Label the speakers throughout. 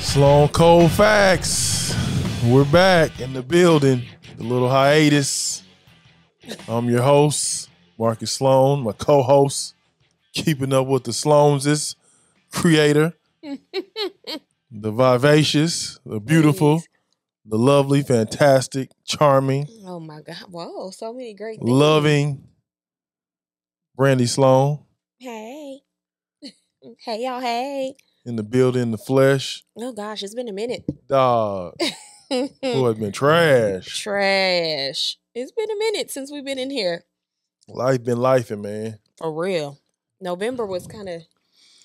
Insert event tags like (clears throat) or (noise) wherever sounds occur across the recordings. Speaker 1: Sloan Cold Facts. We're back in the building. A little hiatus. I'm your host, Marcus Sloan, my co host, keeping up with the Sloanses, creator, the vivacious, the beautiful, the lovely, fantastic, charming,
Speaker 2: Oh my God. Whoa, so many great things.
Speaker 1: loving Brandy Sloan
Speaker 2: Hey. (laughs) hey, y'all. Hey.
Speaker 1: in the building, the flesh.
Speaker 2: Oh gosh, it's been a minute.
Speaker 1: Dog, who has been trash.
Speaker 2: (laughs) Trash. It's been a minute since we've been in here.
Speaker 1: Life been lifing, man.
Speaker 2: For real. November was kind of,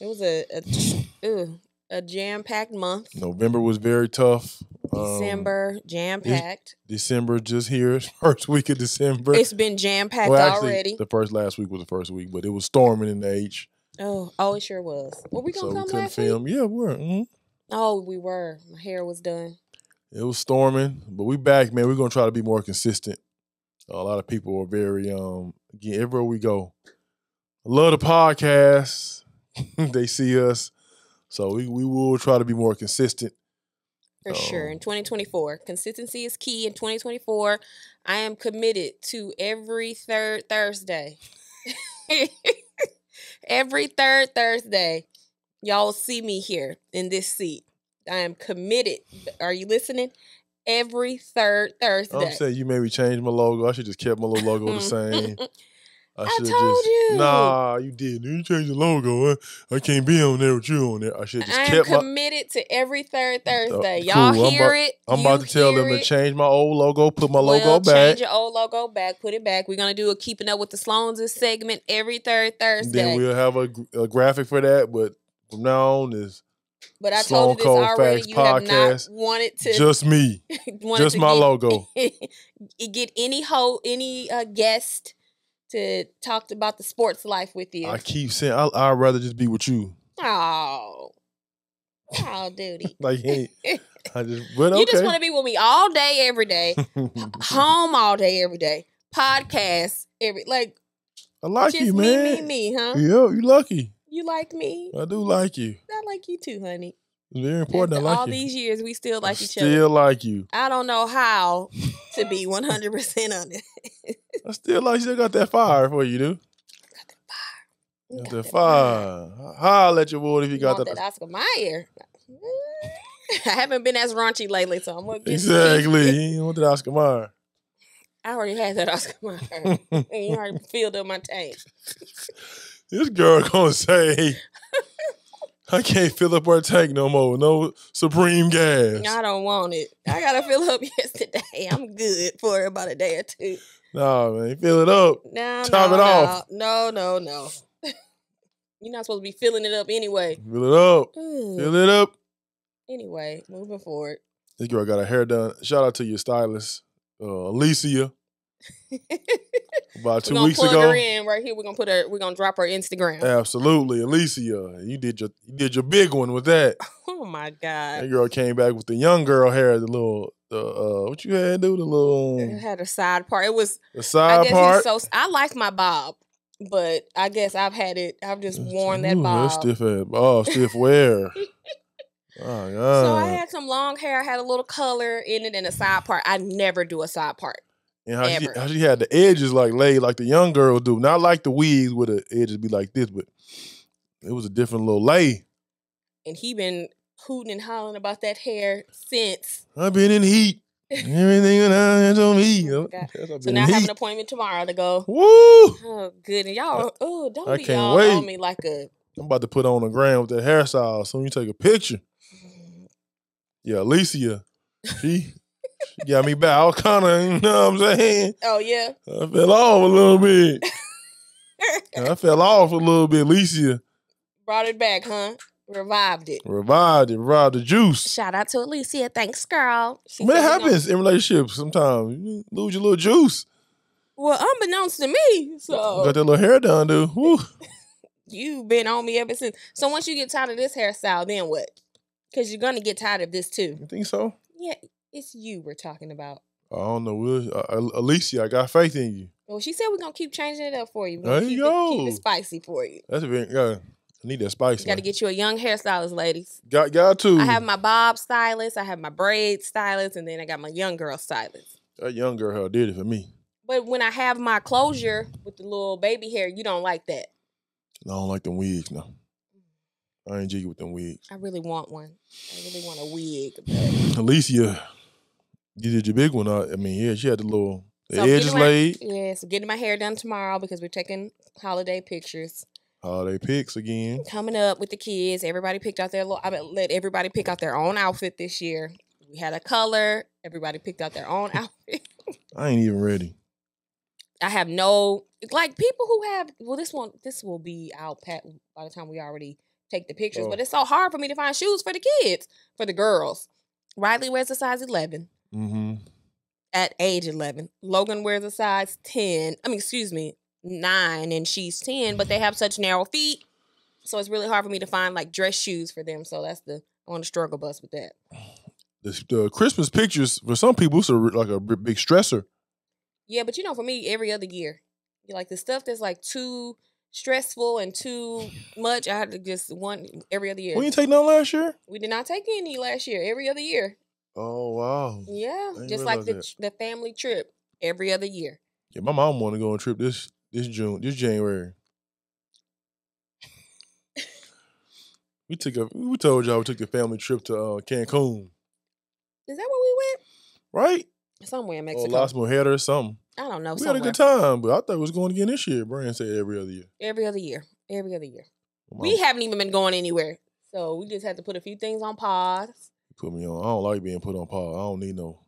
Speaker 2: it was a, a, ew, a jam packed month.
Speaker 1: November was very tough. Um,
Speaker 2: December, jam packed.
Speaker 1: December just here. (laughs) First week of December.
Speaker 2: It's been jam packed
Speaker 1: Well, actually,
Speaker 2: already.
Speaker 1: the first last week was the first week, but it was storming in the H,
Speaker 2: oh, oh, it sure was. Were we
Speaker 1: so
Speaker 2: going
Speaker 1: we
Speaker 2: to come
Speaker 1: couldn't
Speaker 2: last week?
Speaker 1: film. Yeah, we were. mhm.
Speaker 2: Oh, we were. My hair was done.
Speaker 1: It was storming, but we back, man. We're gonna try to be more consistent. A lot of people are very um again everywhere we go. Love the podcast. (laughs) they see us, so we we will try to be more consistent.
Speaker 2: For sure.
Speaker 1: Oh.
Speaker 2: In 2024, consistency is key. In 2024, I am committed to every third Thursday. (laughs) every third Thursday, y'all will see me here in this seat. I am committed. Are you listening? Every third Thursday.
Speaker 1: I'm saying you made me change my logo. I should just kept my little logo the
Speaker 2: (laughs)
Speaker 1: same.
Speaker 2: Mm. I
Speaker 1: shoulda
Speaker 2: told you.
Speaker 1: Nah, you didn't. You changed the logo. I, I can't be on there with you on there. I should just
Speaker 2: I am
Speaker 1: kept my. Uh,
Speaker 2: committed to every third Thursday. y'all
Speaker 1: cool. I'm
Speaker 2: hear
Speaker 1: about-
Speaker 2: it.
Speaker 1: I'm
Speaker 2: You
Speaker 1: about to tell them
Speaker 2: hear
Speaker 1: to
Speaker 2: it.
Speaker 1: change my old logo. Put my logo
Speaker 2: well,
Speaker 1: back.
Speaker 2: Change your old logo back. Put it back. We're gonna do a keeping up with the Sloanses segment every third Thursday.
Speaker 1: Then we'll have a, gr- a graphic for that. But from now on, it's
Speaker 2: But I
Speaker 1: Sloan
Speaker 2: told you this
Speaker 1: Cold
Speaker 2: already.
Speaker 1: Facts
Speaker 2: You
Speaker 1: podcast.
Speaker 2: have not wanted to
Speaker 1: just me,
Speaker 2: (laughs) wanted
Speaker 1: just
Speaker 2: to
Speaker 1: my
Speaker 2: get,
Speaker 1: logo.
Speaker 2: (laughs) get any whole any uh, guest to talk about the sports life with you.
Speaker 1: I keep saying I, I'd rather just be with you.
Speaker 2: oh, oh, duty.
Speaker 1: Like
Speaker 2: (laughs)
Speaker 1: hey, I just (laughs) but
Speaker 2: You just
Speaker 1: okay.
Speaker 2: want to be with me all day,
Speaker 1: (laughs)
Speaker 2: every day, home all day, every day, podcast every like
Speaker 1: I like
Speaker 2: just
Speaker 1: you,
Speaker 2: me,
Speaker 1: man.
Speaker 2: me, me, huh?
Speaker 1: Yeah, you lucky.
Speaker 2: You like me?
Speaker 1: I do like you.
Speaker 2: I like you too, honey.
Speaker 1: It's very important. I
Speaker 2: After
Speaker 1: like
Speaker 2: all
Speaker 1: you.
Speaker 2: these years, we still like
Speaker 1: I
Speaker 2: each
Speaker 1: still
Speaker 2: other.
Speaker 1: like you.
Speaker 2: I don't
Speaker 1: (laughs)
Speaker 2: know how to be one hundred percent on it.
Speaker 1: I still like you. Still got that fire for you, dude.
Speaker 2: You
Speaker 1: Got
Speaker 2: got
Speaker 1: that
Speaker 2: that
Speaker 1: fire. Holler at your boy if you
Speaker 2: You
Speaker 1: got
Speaker 2: got
Speaker 1: that. (laughs)
Speaker 2: that Oscar Mayer. (laughs) I haven't been as raunchy lately, so I'm gonna get
Speaker 1: Exactly. You ain't want that Oscar Mayer. (laughs)
Speaker 2: I already had that Oscar (laughs) Mayer. and you already filled up my tank.
Speaker 1: This girl gonna say, I can't fill up our tank no more. No supreme gas.
Speaker 2: I don't want it. I gotta fill up (laughs) yesterday. I'm good for about a day or two.
Speaker 1: Nah, man, fill it up.
Speaker 2: No,
Speaker 1: Top
Speaker 2: no,
Speaker 1: it
Speaker 2: no.
Speaker 1: off.
Speaker 2: No, no, no. (laughs) You're not supposed to be filling it up anyway.
Speaker 1: Fill it up.
Speaker 2: Ugh.
Speaker 1: Fill it up.
Speaker 2: (sighs) Anyway, moving forward. (laughs)
Speaker 1: This girl got her hair done. Shout out to your stylist, uh, Alicia. About
Speaker 2: We're
Speaker 1: two
Speaker 2: gonna
Speaker 1: weeks
Speaker 2: plug
Speaker 1: ago.
Speaker 2: her in right here. We're gonna put her. We're gonna drop her Instagram.
Speaker 1: Absolutely, Alicia. You did your you did your big one with that.
Speaker 2: oh my god!
Speaker 1: That girl came back with the young girl hair, the little, the uh, what you had to do, the
Speaker 2: It
Speaker 1: little um,
Speaker 2: had a side part. It was
Speaker 1: the
Speaker 2: Uh, I
Speaker 1: side
Speaker 2: guess
Speaker 1: part.
Speaker 2: he's so. s- I like my bob, but I guess I've had it. I've just worn that
Speaker 1: Ooh,
Speaker 2: bob.
Speaker 1: that's stiff ass. Oh, stiff
Speaker 2: (laughs)
Speaker 1: wear. oh God.
Speaker 2: so I had some long hair. I had a little color in it and a side part. I never do a side part.
Speaker 1: and how she,
Speaker 2: ever.
Speaker 1: how she had the edges like laid like the young girl do. Not like the wigs where the edges be like this, but it was a different little lay.
Speaker 2: And he been hooting and hollering about that hair since.
Speaker 1: I've been in
Speaker 2: (laughs)
Speaker 1: heat. Everything that I had on me.
Speaker 2: Oh, my God.
Speaker 1: Yes, I've
Speaker 2: So
Speaker 1: been
Speaker 2: now I
Speaker 1: in
Speaker 2: have
Speaker 1: heat.
Speaker 2: an appointment tomorrow to go.
Speaker 1: Woo!
Speaker 2: Oh goodness, y'all! Oh, don't
Speaker 1: I
Speaker 2: be
Speaker 1: can't
Speaker 2: y'all
Speaker 1: wait.
Speaker 2: on me like a. (sniffs)
Speaker 1: I'm about to put on a gram with that hairstyle. Soon you take a picture. Yeah, Alicia. She, she got me back. I was kind of, you know what I'm saying?
Speaker 2: Oh yeah.
Speaker 1: I fell off a little
Speaker 2: (laughs)
Speaker 1: bit. I fell off a little bit. Alicia
Speaker 2: Brought it back, huh? Revived it.
Speaker 1: revived it, revived the juice.
Speaker 2: Shout out to Alicia. Thanks, girl. She
Speaker 1: Man, it
Speaker 2: said we gonna-
Speaker 1: happens in relationships sometimes. You lose your little juice.
Speaker 2: Well, unbeknownst to me, so
Speaker 1: Got that little hair done, dude. Woo.
Speaker 2: you've been on me ever since. So once you get tired of this hairstyle, then what? Because you're gonna get tired of this too.
Speaker 1: You think so?
Speaker 2: Yeah, it's you we're talking about.
Speaker 1: I don't know. We'll, uh, uh, Alicia, I got faith in you.
Speaker 2: Well, she said we're gonna keep changing it up for you. We're gonna
Speaker 1: There you
Speaker 2: keep it- keep
Speaker 1: go.
Speaker 2: it spicy for you.
Speaker 1: That's a big, yeah. I need that spice.
Speaker 2: Got to
Speaker 1: man.
Speaker 2: get you a young hairstylist, ladies.
Speaker 1: got got to
Speaker 2: I have my bob stylist, I have my braid stylist, and then I got my young girl stylist.
Speaker 1: that young girl hell did it for me.
Speaker 2: But when I have my closure with the little baby hair, you don't like that.
Speaker 1: I don't like them wigs now. I ain't jiggy with them wigs.
Speaker 2: I really want one. I really want a wig.
Speaker 1: Alicia, you did your big one. I, I mean, yeah, she had the little the
Speaker 2: So I'm
Speaker 1: edges
Speaker 2: getting ready-
Speaker 1: laid.
Speaker 2: Yeah, so getting my hair done tomorrow because we're taking holiday pictures.
Speaker 1: Holiday picks again.
Speaker 2: Coming up with the kids, everybody picked out their little. I mean, let everybody pick out their own outfit this year. We had a color. Everybody picked out their own outfit.
Speaker 1: I ain't even ready.
Speaker 2: I have no like people who have well this one this will be out pat by the time we already take the pictures,
Speaker 1: Oh.
Speaker 2: but it's so hard for me to find shoes for the kids, for the girls. Riley wears a size eleven
Speaker 1: Mm-hmm.
Speaker 2: at age eleven. Logan wears a size ten. I mean, excuse me, nine and she's ten, but they have such narrow feet. So it's really hard for me to find like dress shoes for them. So that's the I'm on the struggle bus with that.
Speaker 1: The, the Christmas pictures for some people it's a, like a b- big stressor.
Speaker 2: Yeah, but you know, for me, every other year, you like the stuff that's like too stressful and too much. I had to just one every other year.
Speaker 1: We didn't take none last year.
Speaker 2: We did not take any last year. Every other year,
Speaker 1: Oh wow.
Speaker 2: yeah,
Speaker 1: didn't
Speaker 2: just
Speaker 1: realize
Speaker 2: like the
Speaker 1: that.
Speaker 2: tr- the family trip every other year.
Speaker 1: Yeah, my mom want to go on a trip this this June, this January. we took a we told y'all we took the family trip to uh, Cancun,
Speaker 2: Is that where we went?
Speaker 1: right?
Speaker 2: Somewhere in
Speaker 1: Or
Speaker 2: Mexico.
Speaker 1: Oh, Las Mujeres or something.
Speaker 2: I don't know.
Speaker 1: we
Speaker 2: Somewhere.
Speaker 1: had a good time, but I thought it was going again this year. Brian said every other year.
Speaker 2: Every other year. Every other year.
Speaker 1: My
Speaker 2: We
Speaker 1: mom
Speaker 2: haven't even been going anywhere, so we just had to put a few things on pause.
Speaker 1: put me on. I don't like being put on pause. I don't need no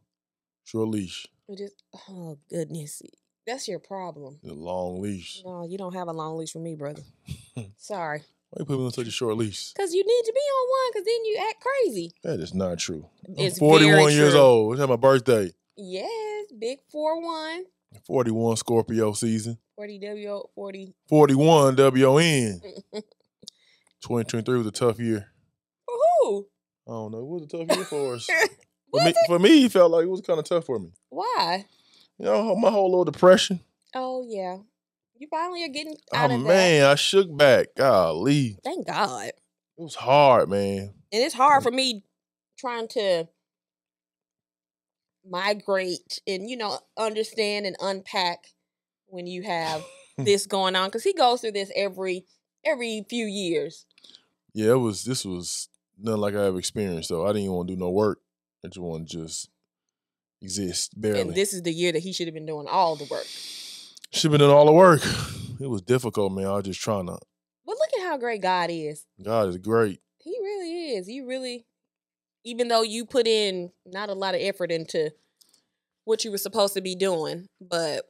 Speaker 1: short leash.
Speaker 2: We just oh goodness, that's your problem.
Speaker 1: A long leash.
Speaker 2: No, you don't have a long leash for
Speaker 1: (laughs)
Speaker 2: me, brother. Sorry.
Speaker 1: Why you put me on such a short leash?
Speaker 2: Cause you need to be on one. Cause then you act crazy.
Speaker 1: That is not true.
Speaker 2: It's
Speaker 1: I'm 41
Speaker 2: very
Speaker 1: years
Speaker 2: true.
Speaker 1: old. It's my birthday.
Speaker 2: Yes, big four one
Speaker 1: 41 Scorpio season.
Speaker 2: forty W forty.
Speaker 1: 41
Speaker 2: (laughs)
Speaker 1: WN. 2023 was a tough year.
Speaker 2: Woohoo!
Speaker 1: I don't know. It was a tough year for
Speaker 2: (laughs)
Speaker 1: us. for, me, for me, it felt like it was kind of tough for me.
Speaker 2: Why?
Speaker 1: You know, my whole little depression.
Speaker 2: Oh yeah, you finally are getting out
Speaker 1: Oh,
Speaker 2: of that.
Speaker 1: man, I shook back. Golly.
Speaker 2: Thank God.
Speaker 1: It was hard, man.
Speaker 2: And it's hard for me trying to migrate and you know understand and unpack when you have this going on because he goes through this every every few years.
Speaker 1: Yeah, it was. This was nothing like I ever experienced, though. I didn't even want to do no work. I just want to just exist, barely.
Speaker 2: And this is the year that he should have been doing all the work.
Speaker 1: Should been doing all the work. (sighs) It was difficult, man. I was just trying to.
Speaker 2: But look at how great God is.
Speaker 1: God is great.
Speaker 2: He really is. You really, even though you put in not a lot of effort into what you were supposed to be doing, but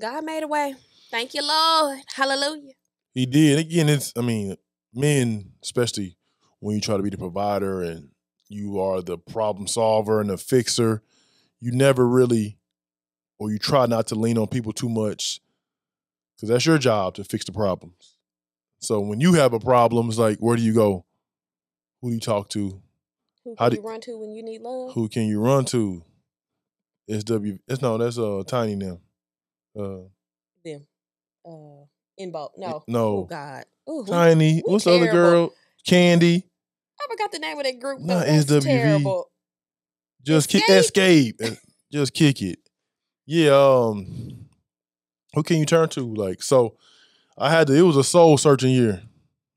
Speaker 2: God made a way. Thank you, Lord. Hallelujah.
Speaker 1: He did. Again, it's. I mean, men, especially when you try to be the provider and you are the problem solver and the fixer, you never really, or you try not to lean on people too much, because that's your job to fix the problems. So when you have a problem, it's like, where do you go? Who do you talk to?
Speaker 2: Who
Speaker 1: How
Speaker 2: can
Speaker 1: did-
Speaker 2: you run to when you need love?
Speaker 1: Who can you run to? It's W. It's no. That's uh tiny now. Uh,
Speaker 2: Them. Uh, Inbo. No.
Speaker 1: no.
Speaker 2: Oh, God. Ooh, who-
Speaker 1: Tiny.
Speaker 2: we
Speaker 1: What's the other
Speaker 2: terrible.
Speaker 1: girl? Candy.
Speaker 2: I forgot the name of that group.
Speaker 1: Not
Speaker 2: Not SWV.
Speaker 1: SWV.
Speaker 2: Terrible.
Speaker 1: Just kick escape. and Just kick it. Yeah. Um. Who can you turn to? Like so, I had to. It was a soul searching year.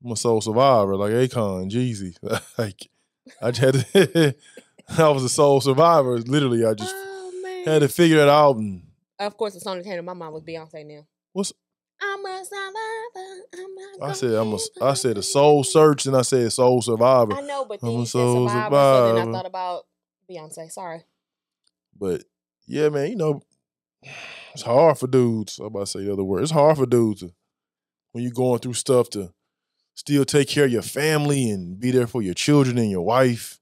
Speaker 1: I'm a soul survivor, like Akon, Jeezy. (laughs) like I just had to. (laughs) I was a soul survivor. Literally, I just
Speaker 2: oh, man.
Speaker 1: had to figure it out. And
Speaker 2: of course, the song that came to my mind was Beyonce now.
Speaker 1: What's-
Speaker 2: I'm a survivor. I'm not
Speaker 1: I
Speaker 2: gonna
Speaker 1: said, I'm a.
Speaker 2: give
Speaker 1: I said a
Speaker 2: up.
Speaker 1: soul search, and I said soul survivor.
Speaker 2: I know, but
Speaker 1: I'm
Speaker 2: then
Speaker 1: a
Speaker 2: you said
Speaker 1: soul
Speaker 2: survivor, so then I
Speaker 1: survivor.
Speaker 2: thought about Beyonce. Sorry.
Speaker 1: But yeah, man, you know, (sighs) it's hard for dudes. I'm about to say the other word. It's hard for dudes to- when you're going through stuff to still take care of your family and be there for your children and your wife,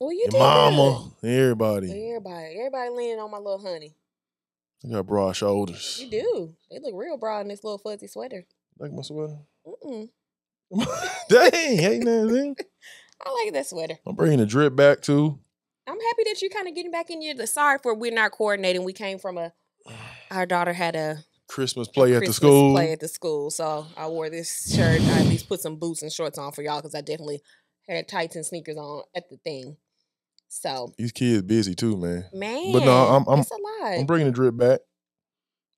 Speaker 2: Well, you
Speaker 1: your
Speaker 2: did
Speaker 1: mama, and
Speaker 2: good.
Speaker 1: everybody.
Speaker 2: Everybody, everybody leaning on my little honey.
Speaker 1: I got broad shoulders.
Speaker 2: You do. They look real broad in this little fuzzy sweater.
Speaker 1: Like my sweater. (laughs)
Speaker 2: Mm-mm.
Speaker 1: Dang, hey, man.
Speaker 2: I like that sweater.
Speaker 1: I'm bringing the drip back too.
Speaker 2: I'm happy that you're kind of getting back in your. Sorry for we're not coordinating. We came from a. Our daughter had a
Speaker 1: Christmas play at the
Speaker 2: Christmas
Speaker 1: school.
Speaker 2: play at the school. So I wore this shirt. I at least put some boots and shorts on for y'all because I definitely had tights and sneakers on at the thing. So
Speaker 1: These kids busy too, man.
Speaker 2: man,
Speaker 1: I'm- I'm-
Speaker 2: it's a lot.
Speaker 1: I'm bringing the drip back.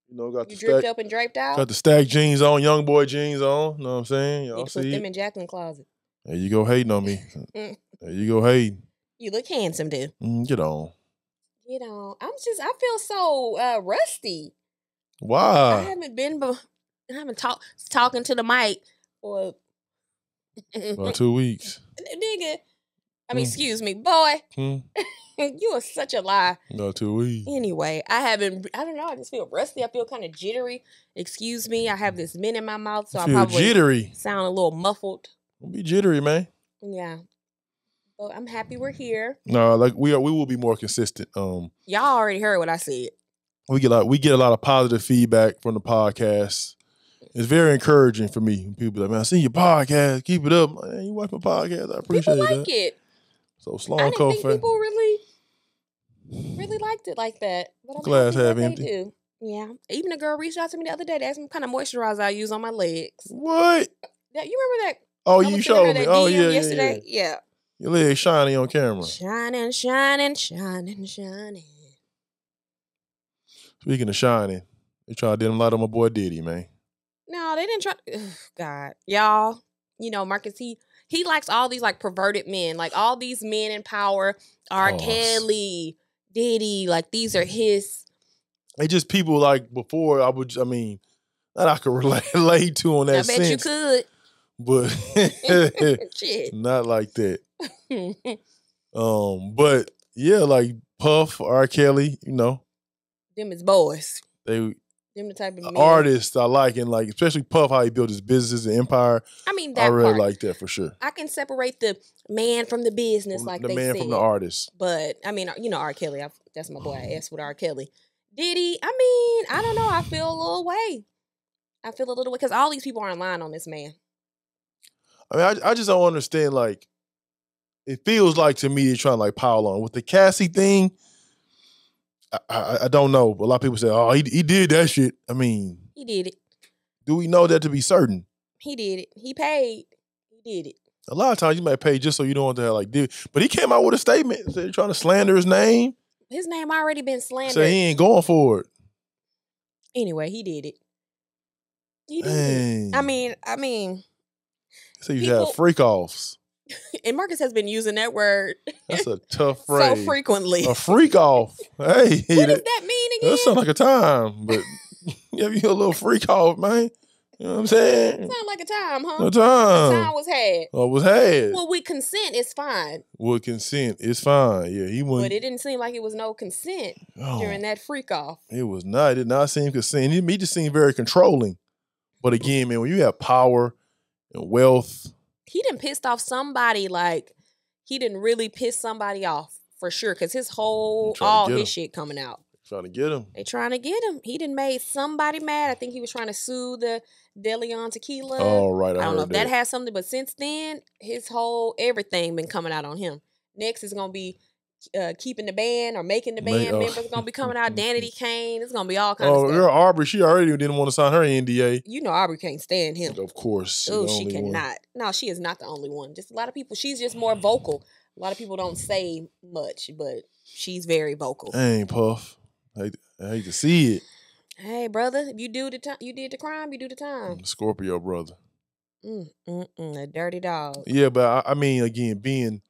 Speaker 1: You know, got
Speaker 2: you
Speaker 1: the
Speaker 2: dripped
Speaker 1: stack,
Speaker 2: up and draped out.
Speaker 1: got the stack jeans on, young boy jeans on. Know what I'm saying?
Speaker 2: you
Speaker 1: Y'all
Speaker 2: can
Speaker 1: see?
Speaker 2: put them
Speaker 1: it.
Speaker 2: in Jacqueline's closet.
Speaker 1: There you go hating on me.
Speaker 2: Mm.
Speaker 1: there you go hating.
Speaker 2: You look handsome, dude.
Speaker 1: Mm, get on.
Speaker 2: You know, I'm just I feel so uh, rusty. I
Speaker 1: Why?
Speaker 2: haven't been, be- I haven't talked talking to the mic for (laughs)
Speaker 1: About two weeks.
Speaker 2: nigga. I mean,
Speaker 1: Mm.
Speaker 2: excuse me, boy. (laughs)
Speaker 1: Hmm?
Speaker 2: you are such a lie.
Speaker 1: About two weeks.
Speaker 2: Anyway, I haven't. I don't know. I just feel rusty. I feel kind of jittery. Excuse me. I have this mint in my mouth, so I,
Speaker 1: I feel
Speaker 2: probably
Speaker 1: jittery.
Speaker 2: sound a little muffled.
Speaker 1: Don't be jittery, man.
Speaker 2: Yeah. Well, I'm happy we're here.
Speaker 1: No, like we are. We will be more consistent. Um,
Speaker 2: Y'all already heard what I said.
Speaker 1: we get a lot, we get a lot of positive feedback from the podcast. It's very encouraging for me. People like, man, I see your podcast. Keep it up. I'm like, "Man, you watch my podcast. I appreciate
Speaker 2: People like
Speaker 1: that.
Speaker 2: it.
Speaker 1: So
Speaker 2: I
Speaker 1: Sloan
Speaker 2: didn't think
Speaker 1: Coffin.
Speaker 2: people really, really liked it like that. But I'm
Speaker 1: Glass
Speaker 2: happy
Speaker 1: half
Speaker 2: that they
Speaker 1: empty.
Speaker 2: do. Yeah. Even a girl reached out to me the other day to ask me what kind of moisturizer I use on my legs.
Speaker 1: What?
Speaker 2: Yeah, you remember that?
Speaker 1: Oh,
Speaker 2: I
Speaker 1: you
Speaker 2: was sending her
Speaker 1: showed me.
Speaker 2: that
Speaker 1: Oh
Speaker 2: DM
Speaker 1: yeah, yeah, yeah.
Speaker 2: yesterday. Yeah.
Speaker 1: Your legs shiny on camera.
Speaker 2: Shining, shining, shining, shining.
Speaker 1: Speaking of shining, they tried to dim light on my boy Diddy, man.
Speaker 2: No, they didn't try. Ugh, God, y'all, you know Marcus. He he likes all these like perverted men, like all these men in power. R.
Speaker 1: Pause.
Speaker 2: Kelly, Diddy, like these are his.
Speaker 1: They just people like before. I would. I mean, that I could (laughs) relate, relate to on that
Speaker 2: I bet
Speaker 1: sense,
Speaker 2: you could.
Speaker 1: but (laughs)
Speaker 2: (laughs) Shit.
Speaker 1: not like that. Um, but yeah, like Puff, R. Kelly, you know,
Speaker 2: Them is boys.
Speaker 1: they
Speaker 2: Them the type of men.
Speaker 1: artists I like, and like especially Puff, how he built his businesses and empire.
Speaker 2: I mean
Speaker 1: I
Speaker 2: that
Speaker 1: really
Speaker 2: part.
Speaker 1: like that for sure.
Speaker 2: I can separate the man from the business,
Speaker 1: From
Speaker 2: like
Speaker 1: the
Speaker 2: they
Speaker 1: man
Speaker 2: said.
Speaker 1: from the artist.
Speaker 2: But I mean, you know, R. Kelly. I, that's my boy.
Speaker 1: Mm-hmm.
Speaker 2: I asked with R. Kelly. Did he? I mean, I don't know. I feel a little way. I feel a little way because all these people are in line on this man.
Speaker 1: I mean, I, I just don't understand. Like, it feels like to me they're trying to like pile on with the Cassie thing. I, I, I don't know. But a lot of people say, "Oh, he he did that shit." I mean,
Speaker 2: He did it.
Speaker 1: do we know that to be certain?
Speaker 2: He did it. He paid. He did it.
Speaker 1: A lot of times you might pay just so you don't have to have like. Did, but he came out with a statement said, trying to slander his name.
Speaker 2: His name already been
Speaker 1: Said
Speaker 2: slandered.
Speaker 1: he ain't going for it.
Speaker 2: anyway, he did it. He did it.
Speaker 1: Dang.
Speaker 2: I mean, I mean, (laughs)
Speaker 1: so you
Speaker 2: people-
Speaker 1: have freak offs.
Speaker 2: and Marcus has been using that word
Speaker 1: That's
Speaker 2: (laughs)
Speaker 1: a tough
Speaker 2: so
Speaker 1: phrase.
Speaker 2: (laughs) frequently.
Speaker 1: A freak off. Hey,
Speaker 2: (laughs) what does
Speaker 1: that,
Speaker 2: that mean again?
Speaker 1: Oh, that sounds like
Speaker 2: (laughs)
Speaker 1: a time, but (laughs) give you a little freak off, man. You know what I'm saying?
Speaker 2: Sound like a time, huh?
Speaker 1: No
Speaker 2: Time
Speaker 1: time.
Speaker 2: was had.
Speaker 1: I was had.
Speaker 2: Well, with consent, it's fine.
Speaker 1: With consent, it's fine. Yeah, he
Speaker 2: But
Speaker 1: wouldn't.
Speaker 2: it didn't seem like it was no consent
Speaker 1: oh,
Speaker 2: during that freak off.
Speaker 1: it was not. It did not seem consent. He, he just seemed very controlling. But again, man, when you have power and wealth,
Speaker 2: He didn't pissed off somebody like he didn't really piss somebody off for sure because his whole
Speaker 1: I'm trying to
Speaker 2: all
Speaker 1: get
Speaker 2: his
Speaker 1: him.
Speaker 2: shit coming out.
Speaker 1: trying to get him.
Speaker 2: They trying to get him. He didn't made somebody mad. I think he was trying to sue the Deleon Tequila.
Speaker 1: All right, Oh, I,
Speaker 2: I don't
Speaker 1: heard
Speaker 2: know if that has something, but since then his whole everything been coming out on him. Next is gonna be. Uh, keeping the band or making the
Speaker 1: Ma-
Speaker 2: band
Speaker 1: oh.
Speaker 2: members gonna be coming out. Danity Kane, it's gonna be all kinds
Speaker 1: (laughs) Oh,
Speaker 2: of stuff.
Speaker 1: girl, Aubrey, she already didn't want to sign her NDA.
Speaker 2: You know, Aubrey can't stand him.
Speaker 1: Of course.
Speaker 2: Oh,
Speaker 1: the
Speaker 2: she
Speaker 1: only one.
Speaker 2: cannot. No, she is not the only one. Just a lot of people. She's just more vocal. A lot of people don't say much, but she's very vocal.
Speaker 1: Dang, Puff. I hate, I hate to see it.
Speaker 2: Hey, brother, if you do the time, you did the crime, you do the time.
Speaker 1: Scorpio brother.
Speaker 2: Mm, mm, mm, a dirty dog.
Speaker 1: Yeah, but I, I mean, again, being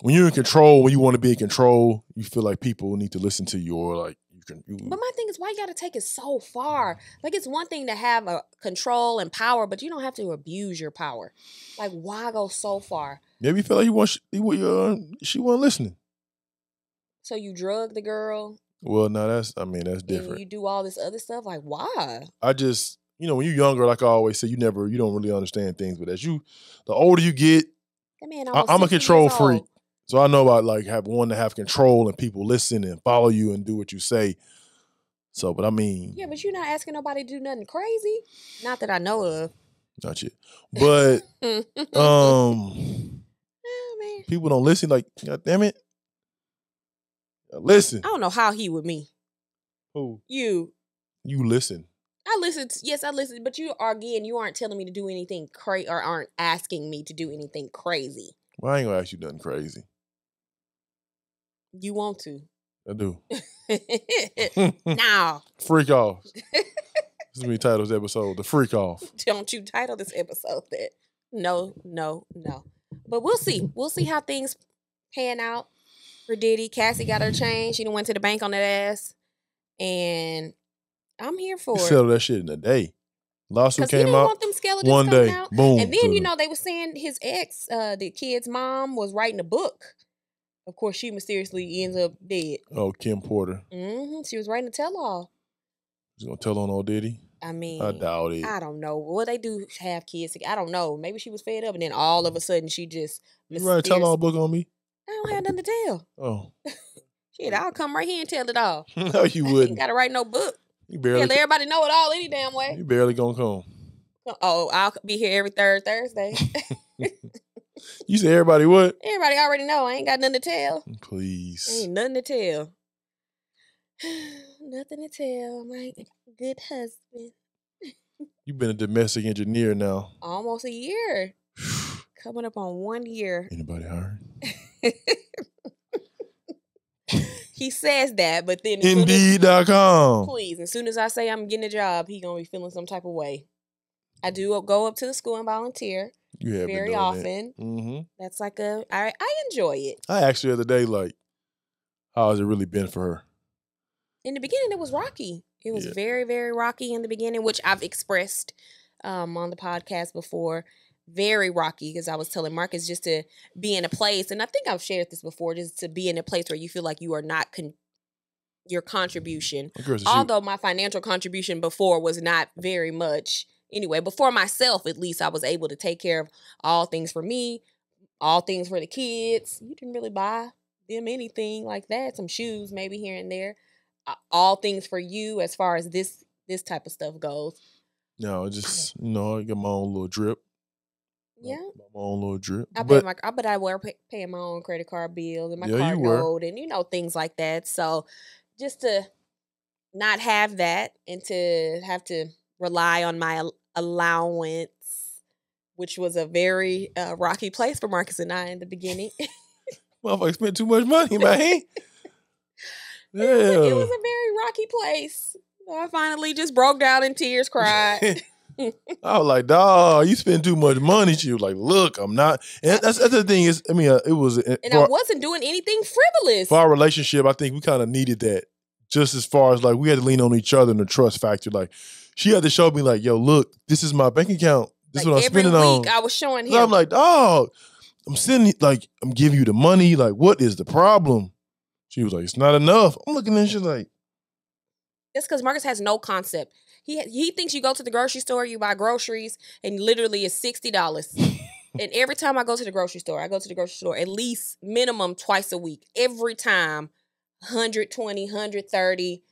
Speaker 1: when you're in control, when you want to be in control, you feel like people need to listen to you, or like you can. You,
Speaker 2: But my thing is, why you gotta take it so far? Like, it's one thing to have a control and power, but you don't have to abuse your power. Like, why go so far?
Speaker 1: maybe you feel like you want. You, want your- she wasn't listening.
Speaker 2: So you drug the girl
Speaker 1: Well, no, that's. I mean, that's different.
Speaker 2: and you do all this other stuff. Like, why?
Speaker 1: I just, you know, when you're younger, like I always say, you never, you don't really understand things. But as you, the older you get,
Speaker 2: That man.
Speaker 1: I-
Speaker 2: almost
Speaker 1: I'm a
Speaker 2: 60 years
Speaker 1: control
Speaker 2: old.
Speaker 1: freak. So I know about like have one to have control and people listen and follow you and do what you say. So, but I mean,
Speaker 2: Yeah, but you're not asking nobody to do nothing crazy. Not that I know of.
Speaker 1: not yet. But
Speaker 2: (laughs) oh
Speaker 1: um,
Speaker 2: man,
Speaker 1: people don't listen. Like, God damn it, listen.
Speaker 2: Oh. I don't know how he with me.
Speaker 1: Who
Speaker 2: You,
Speaker 1: you listen?
Speaker 2: I listened. Yes, I listened. But you are again. You aren't telling me to do anything crazy, or aren't asking me to do anything crazy.
Speaker 1: Well, I ain't gonna ask you nothing crazy.
Speaker 2: You want to? (laughs)
Speaker 1: I do. (laughs)
Speaker 2: now,
Speaker 1: freak off. this is me titles episode. The freak off.
Speaker 2: don't you title this episode that? No, no, no. But we'll see. We'll see how things pan out for Diddy. Cassie got her change. She done went to the bank on that ass, and I'm here for
Speaker 1: You
Speaker 2: it.
Speaker 1: settle that shit in a day. Lawsuit
Speaker 2: Because he didn't
Speaker 1: came out
Speaker 2: want them skeletons
Speaker 1: one
Speaker 2: coming
Speaker 1: day.
Speaker 2: out.
Speaker 1: Boom.
Speaker 2: And
Speaker 1: to
Speaker 2: then, you
Speaker 1: the-
Speaker 2: know, they were saying his ex, uh, the kid's mom, was writing a book. Of course, she mysteriously ends up dead.
Speaker 1: Oh, Kim Porter.
Speaker 2: hmm She was writing a tell all.
Speaker 1: She's gonna tell on old Diddy.
Speaker 2: I mean,
Speaker 1: I doubt it.
Speaker 2: I don't know. Well, they do have kids. I don't know. Maybe she was fed up, and then all of a sudden, she just.
Speaker 1: You write a tell all book on me?
Speaker 2: I don't have nothing to tell.
Speaker 1: Oh. (laughs)
Speaker 2: Shit, I'll come right here and tell it all.
Speaker 1: no, you
Speaker 2: (laughs) I ain't
Speaker 1: wouldn't.
Speaker 2: got to write no book.
Speaker 1: You
Speaker 2: Yeah,
Speaker 1: barely
Speaker 2: let everybody know it all any damn way.
Speaker 1: you barely gonna come.
Speaker 2: Oh, I'll be here every
Speaker 1: (laughs)
Speaker 2: third Thursday. (laughs)
Speaker 1: You say everybody what?
Speaker 2: everybody already know. I ain't got nothing to tell.
Speaker 1: Please.
Speaker 2: Ain't nothing to tell. (sighs) nothing to tell. My good husband.
Speaker 1: You've been a domestic engineer now.
Speaker 2: Almost a year. Coming up on one year.
Speaker 1: (sighs) Anybody hired?
Speaker 2: (laughs) he says that, but then as soon as-
Speaker 1: Indeed.com.
Speaker 2: please, as soon as I say I'm getting a job, he gonna be feeling some type of way. I do go up to the school and volunteer
Speaker 1: You have been
Speaker 2: very
Speaker 1: doing
Speaker 2: often.
Speaker 1: Mm-hmm.
Speaker 2: That's like a I I enjoy it.
Speaker 1: I asked her the other day, like, how has it really been for her?
Speaker 2: in the beginning it was rocky it was
Speaker 1: Yeah.
Speaker 2: very very rocky in the beginning which i've expressed um, on the podcast before very rocky because i was telling marcus just to be in a place and i think i've shared this before just to be in a place where you feel like you are not con- your contribution
Speaker 1: Of course, she,
Speaker 2: although my financial contribution before was not very much anyway before myself at least i was able to take care of all things for me all things for the kids you didn't really buy them anything like that some shoes maybe here and there Uh, all things for you as far as this this type of stuff goes
Speaker 1: no, just you know, I got my own little drip. Oh,
Speaker 2: yeah
Speaker 1: my own little drip.
Speaker 2: I pay
Speaker 1: but
Speaker 2: my, I bet I were pay, paying my own credit card bill and my
Speaker 1: Yeah,
Speaker 2: card
Speaker 1: you were.
Speaker 2: note and you know things like that. So just to not have that and to have to rely on my al- allowance, which was a very uh, rocky place for Marcus and I in the beginning. (laughs)
Speaker 1: motherfucker spent too much money, man. (laughs) yeah,
Speaker 2: it was a very rocky place. I finally just broke down
Speaker 1: (laughs)
Speaker 2: in tears, cried. (laughs)
Speaker 1: I was like, dog, you spend too much money. She was like, look, I'm not. And that's, that's the thing is, I mean, uh, it was uh,
Speaker 2: And I
Speaker 1: for,
Speaker 2: wasn't doing anything frivolous.
Speaker 1: for our relationship. I think we kind of needed that, just as far as like we had to lean on each other and the trust factor. Like, she had to show me, like, yo, look, this is my bank account. This is
Speaker 2: Like
Speaker 1: what I'm
Speaker 2: every
Speaker 1: spending
Speaker 2: week
Speaker 1: on.
Speaker 2: I was showing
Speaker 1: So
Speaker 2: him.
Speaker 1: I'm like, dog, I'm sending like I'm giving you the money. Like, what is the problem? She was like, it's not enough. I'm looking at shit like,
Speaker 2: That's because Marcus has no concept. He he thinks you go to the grocery store, you buy groceries, and literally it's sixty dollars. and every time I go to the grocery store, I go to the grocery store at least minimum twice a week. Every time, 120, 130.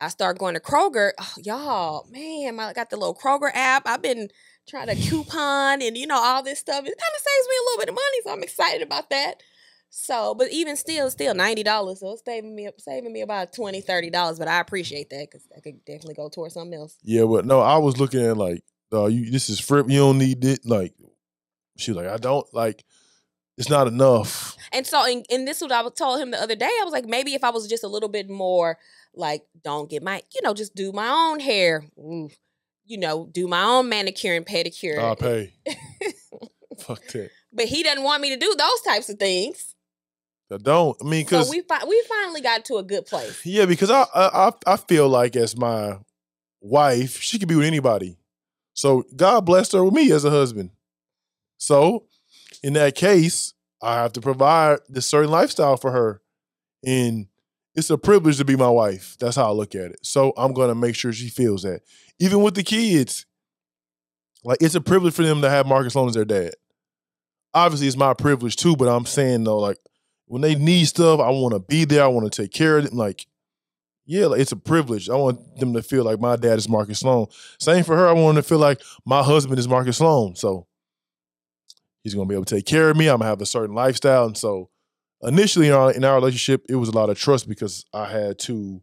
Speaker 2: I start going to Kroger. Oh, y'all, man, I got the little Kroger app. I've been trying to coupon and you know all this stuff. It kind of saves me a little bit of money, so I'm excited about that. So, but even still, still ninety dollars. So it's saving me saving me about twenty, thirty dollars. But I appreciate that because I could definitely go towards something else.
Speaker 1: yeah, but no, I was looking at like, dog, you this is frip. You don't need it. Like, she was like, I don't like. It's not enough.
Speaker 2: And so, and, and this is what I was told him the other day. I was like, maybe if I was just a little bit more like, don't get my, you know, just do my own hair, Ooh. you know, do my own manicure and pedicure.
Speaker 1: I pay.
Speaker 2: (laughs)
Speaker 1: Fuck that.
Speaker 2: but he doesn't want me to do those types of things.
Speaker 1: I don't. I mean,
Speaker 2: So
Speaker 1: cause
Speaker 2: we fi- we finally got to a good place.
Speaker 1: yeah, because I, I I- I feel like as my wife, she could be with anybody. So God blessed her with me as a husband. So in that case, I have to provide this certain lifestyle for her, and it's a privilege to be my wife. That's how I look at it. So I'm gonna make sure she feels that, even with the kids. Like it's a privilege for them to have Marcus Sloan as their dad. Obviously, it's my privilege too, but I'm saying though, like when they need stuff, I want to be there. I want to take care of them. Like, yeah, like, it's a privilege. I want them to feel like my dad is Marcus Sloan. Same for her. I want them to feel like my husband is Marcus Sloan. So he's gonna be able to take care of me. I'm gonna have a certain lifestyle. And so initially in our, in our relationship, it was a lot of trust because I had to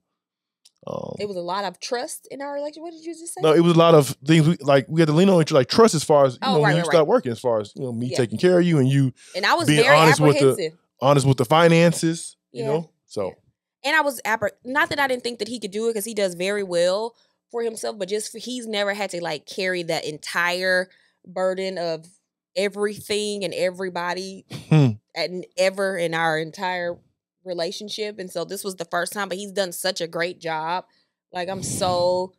Speaker 1: Um,
Speaker 2: It was a lot of trust in our election. What did you just say?
Speaker 1: no, it was a lot of things. We, like we had to lean on each like trust as far as you
Speaker 2: Oh,
Speaker 1: know
Speaker 2: right,
Speaker 1: when you
Speaker 2: right,
Speaker 1: start
Speaker 2: right.
Speaker 1: working, as far as you know me
Speaker 2: Yeah.
Speaker 1: taking care of you and you
Speaker 2: and I was
Speaker 1: being
Speaker 2: very
Speaker 1: honest with the-
Speaker 2: apprehensive.
Speaker 1: honest with the finances.
Speaker 2: Yeah.
Speaker 1: You know, so
Speaker 2: and I was appreh- not that I didn't think that he could do it because he does very well for himself, but just for, he's never had to like carry that entire burden of everything and everybody
Speaker 1: Hmm.
Speaker 2: and ever in our entire relationship. And so this was the first time, but he's done such a great job. Like I'm so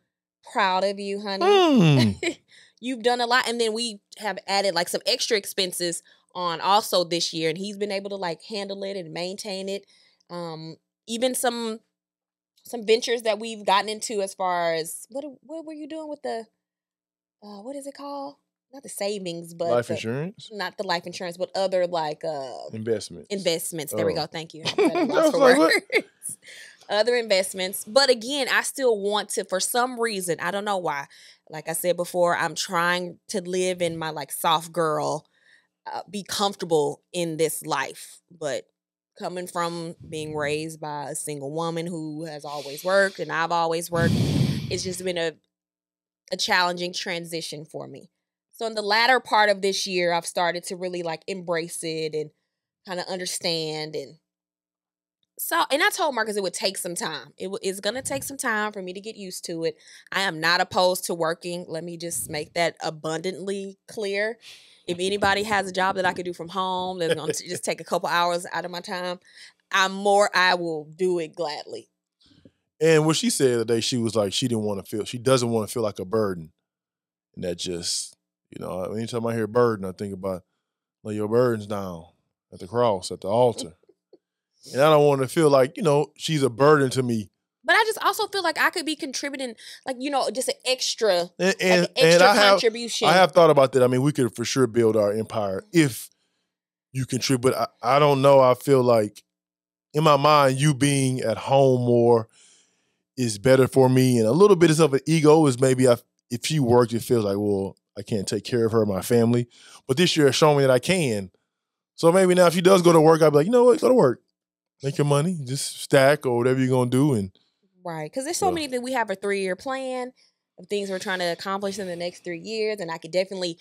Speaker 2: proud of you, honey. Mm-hmm.
Speaker 1: mm,
Speaker 2: (laughs) You've done a lot, and then we have added like some extra expenses on also this year, and he's been able to like handle it and maintain it. Um, even some some ventures that we've gotten into as far as what what were you doing with the uh, what is it called? Not the savings, but
Speaker 1: life
Speaker 2: the-
Speaker 1: insurance,
Speaker 2: not the life insurance, but other like uh,
Speaker 1: investment,
Speaker 2: investments. There we
Speaker 1: Oh.
Speaker 2: go. Thank you. I was
Speaker 1: (laughs)
Speaker 2: at a
Speaker 1: I
Speaker 2: loss
Speaker 1: was
Speaker 2: for
Speaker 1: like, what?
Speaker 2: words. (laughs) Other investments. But again, I still want to, for some reason, I don't know why. Like I said before, I'm trying to live in my like soft girl, uh, be comfortable in this life. But coming from being raised by a single woman who has always worked and I've always worked, it's just been a a challenging transition for me. So in the latter part of this year, I've started to really like embrace it and kind of understand and so and I told Marcus it would take some time. It w- it's gonna take some time for me to get used to it. I am not opposed to working. Let me just make that abundantly clear. If
Speaker 1: (laughs)
Speaker 2: anybody has a job that I could do from home, that's gonna t- just take a couple hours out of my time. I'm more. I will do it gladly.
Speaker 1: And what she said the other day, she was like, she didn't want to feel, she doesn't want to feel like a burden. And that just, you know, anytime I hear burden, I think about lay your burdens down at the cross, at the altar. and I don't want to feel like, you know, she's a burden to me.
Speaker 2: But I just also feel like I could be contributing, like you know, just an extra,
Speaker 1: And
Speaker 2: like
Speaker 1: and,
Speaker 2: an extra
Speaker 1: and I have
Speaker 2: contribution.
Speaker 1: I have thought about that. I mean, we could for sure build our empire
Speaker 2: Mm-hmm.
Speaker 1: if you contribute. I, I don't know. I feel like in my mind, you being at home more is better for me. And a little bit of an ego is maybe I, if she works, it feels like, well, I can't take care of her, my family. But this year has shown me that I can. So maybe now if she does go to work, I'll be like, you know what? Go to work. Make your money. Just stack or whatever you're going to do. And
Speaker 2: Right. Because there's so
Speaker 1: Yeah.
Speaker 2: many that we have a three year plan of things we're trying to accomplish in the next three years. And I could definitely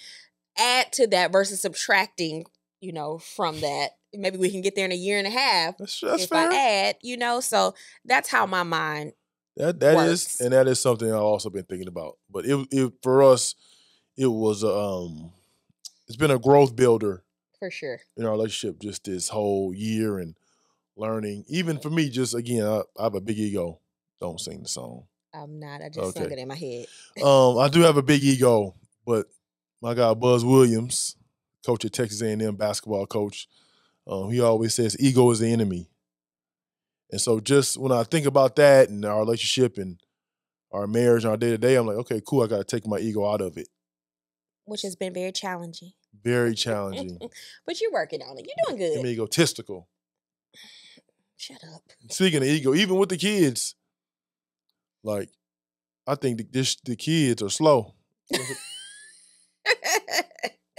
Speaker 2: add to that versus subtracting, you know, from that. Maybe we can get there in a year and a half
Speaker 1: that's, that's
Speaker 2: if
Speaker 1: fair.
Speaker 2: I add, you know. So that's how my mind.
Speaker 1: That that is,
Speaker 2: works.
Speaker 1: and that is something I've also been thinking about. But it, it for us, it was um, it's been a growth builder
Speaker 2: For sure.
Speaker 1: in our relationship just this whole year and learning. Even for me, just again, I, I have a big ego. Don't sing the song.
Speaker 2: I'm not. I just sung
Speaker 1: Okay.
Speaker 2: it in my head.
Speaker 1: Um, I do have a big ego, but my guy Buzz Williams, coach at Texas A&M basketball coach, um, he always says ego is the enemy. And so just when I think about that and our relationship and our marriage and our day to day, I'm like, okay, cool. I got to take my ego out of it.
Speaker 2: Which has been very challenging.
Speaker 1: Very
Speaker 2: (laughs)
Speaker 1: challenging.
Speaker 2: But you're working on it. You're doing good.
Speaker 1: I'm egotistical.
Speaker 2: Shut up. (laughs)
Speaker 1: Speaking of ego, even with the kids, like I think the, this, the kids are slow.
Speaker 2: they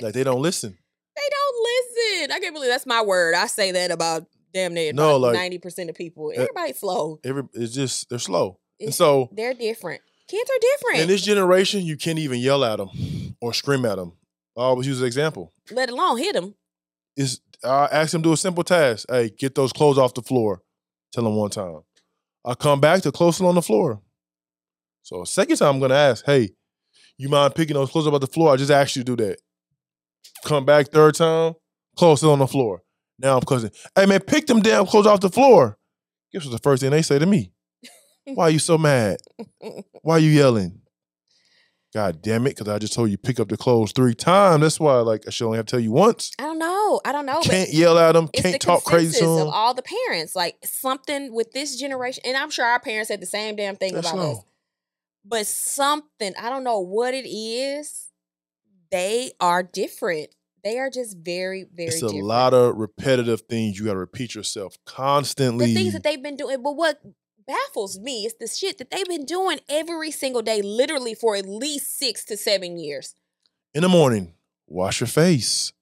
Speaker 1: Like they don't listen.
Speaker 2: don't listen. I can't believe that's my word. I say that about damn near
Speaker 1: No,
Speaker 2: no,
Speaker 1: like- eh,
Speaker 2: 90% of people. Everybody's slow.
Speaker 1: Every it's just they're slow. And
Speaker 2: It's-
Speaker 1: so
Speaker 2: They're different. Kids are different.
Speaker 1: In this generation, you can't even yell at them or scream at them. I always use an example.
Speaker 2: Let alone hit them.
Speaker 1: Is I ask them to do a simple task. Hey, get those clothes off the floor. Tell them one time. I come back to clothes still on the floor. So second time I'm gonna ask, hey, you mind picking those clothes up off the floor? I just asked you to do that. Come back third time, clothes still on the floor. Now I'm cousin. Hey man, pick them damn clothes off the floor. Guess what's the first thing they say to me? Why you so mad? Why you yelling? God damn it, because I just told you pick up the clothes three times. That's why like I should only have to tell you once.
Speaker 2: I don't know. I don't know.
Speaker 1: can't yell at them,
Speaker 2: Oh, but it's
Speaker 1: can't
Speaker 2: the
Speaker 1: talk crazy to
Speaker 2: consensus of
Speaker 1: them.
Speaker 2: all the parents. Like something with this generation, and I'm sure our parents said the same damn thing
Speaker 1: That's
Speaker 2: about us.
Speaker 1: slow.
Speaker 2: But something, I don't know what it is. They are different. They are just very, very
Speaker 1: It's a
Speaker 2: different.
Speaker 1: lot of repetitive things. You gotta repeat yourself constantly.
Speaker 2: the things that they've been doing. But what baffles me is the shit that they've been doing every single day, literally for at least six to seven years.
Speaker 1: in the morning, wash your face,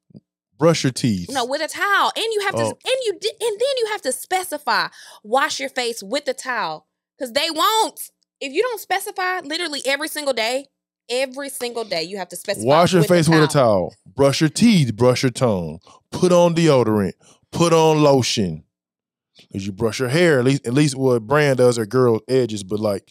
Speaker 1: brush your teeth.
Speaker 2: No, with a towel, and you have to,
Speaker 1: Oh.
Speaker 2: and you, di- and then you have to specify wash your face with a towel Because they won't. If you don't specify literally every single day, every single day you have to specify.
Speaker 1: Wash your face with a towel. Brush your teeth. Brush your tongue. Put on deodorant. Put on lotion. Cause you brush your hair. At least, at least what brand does or girl edges, but like,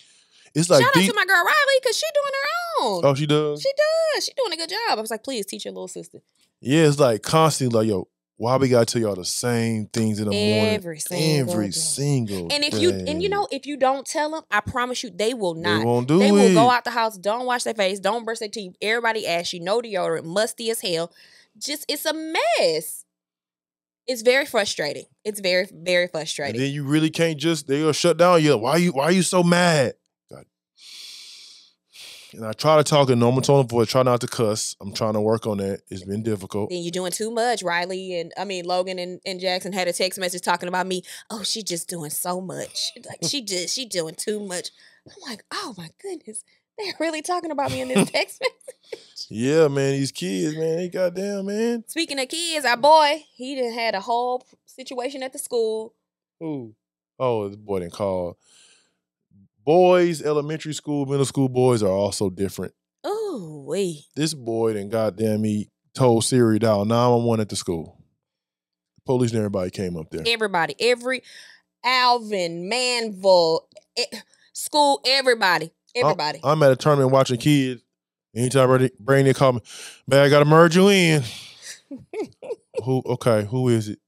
Speaker 1: it's like
Speaker 2: Shout out
Speaker 1: deep.
Speaker 2: to my girl Riley because she doing her own.
Speaker 1: oh, she does.
Speaker 2: She does. She doing a good job. I was like, please teach your little sister
Speaker 1: yeah, it's like constantly like, yo, why we gotta tell y'all the same things in the morning
Speaker 2: every single.
Speaker 1: every
Speaker 2: day.
Speaker 1: single.
Speaker 2: and if you and you
Speaker 1: day.
Speaker 2: know if you don't tell them, I promise you they will
Speaker 1: they
Speaker 2: not.
Speaker 1: won't do
Speaker 2: They
Speaker 1: it.
Speaker 2: will go out the house, don't wash their face, don't brush their teeth. Everybody asks you, no deodorant, musty as hell. Just it's a mess. It's very frustrating. It's very, very
Speaker 1: And
Speaker 2: frustrating.
Speaker 1: then you really can't just they'll shut down you. Why you why you so mad? God. And I try to talk in normal tone of voice, try not to cuss. I'm trying to work on that. It's been difficult.
Speaker 2: Then you're doing too much. Riley and I mean Logan and, and Jackson had a text message talking about me. Oh, she just doing so much. (laughs) Like she just she doing too much. I'm like, oh my goodness. They're really talking about me in this text message.
Speaker 1: Yeah, man, these kids, man, they goddamn man.
Speaker 2: Speaking of kids, our boy, he done had a whole situation at the school.
Speaker 1: Ooh. Oh, this boy didn't call. Boys, elementary school, middle school boys are also different.
Speaker 2: Ooh, wee.
Speaker 1: This boy then goddamn me told Siri dial 911 at the school. Police and everybody came up there.
Speaker 2: everybody, every Alvin, Manville, e- school, everybody,
Speaker 1: Uh,
Speaker 2: everybody.
Speaker 1: I'm at a tournament watching kids. Anytime Brady- Brady call me, man, I gotta merge you
Speaker 2: (laughs)
Speaker 1: in. who? Okay, who is it?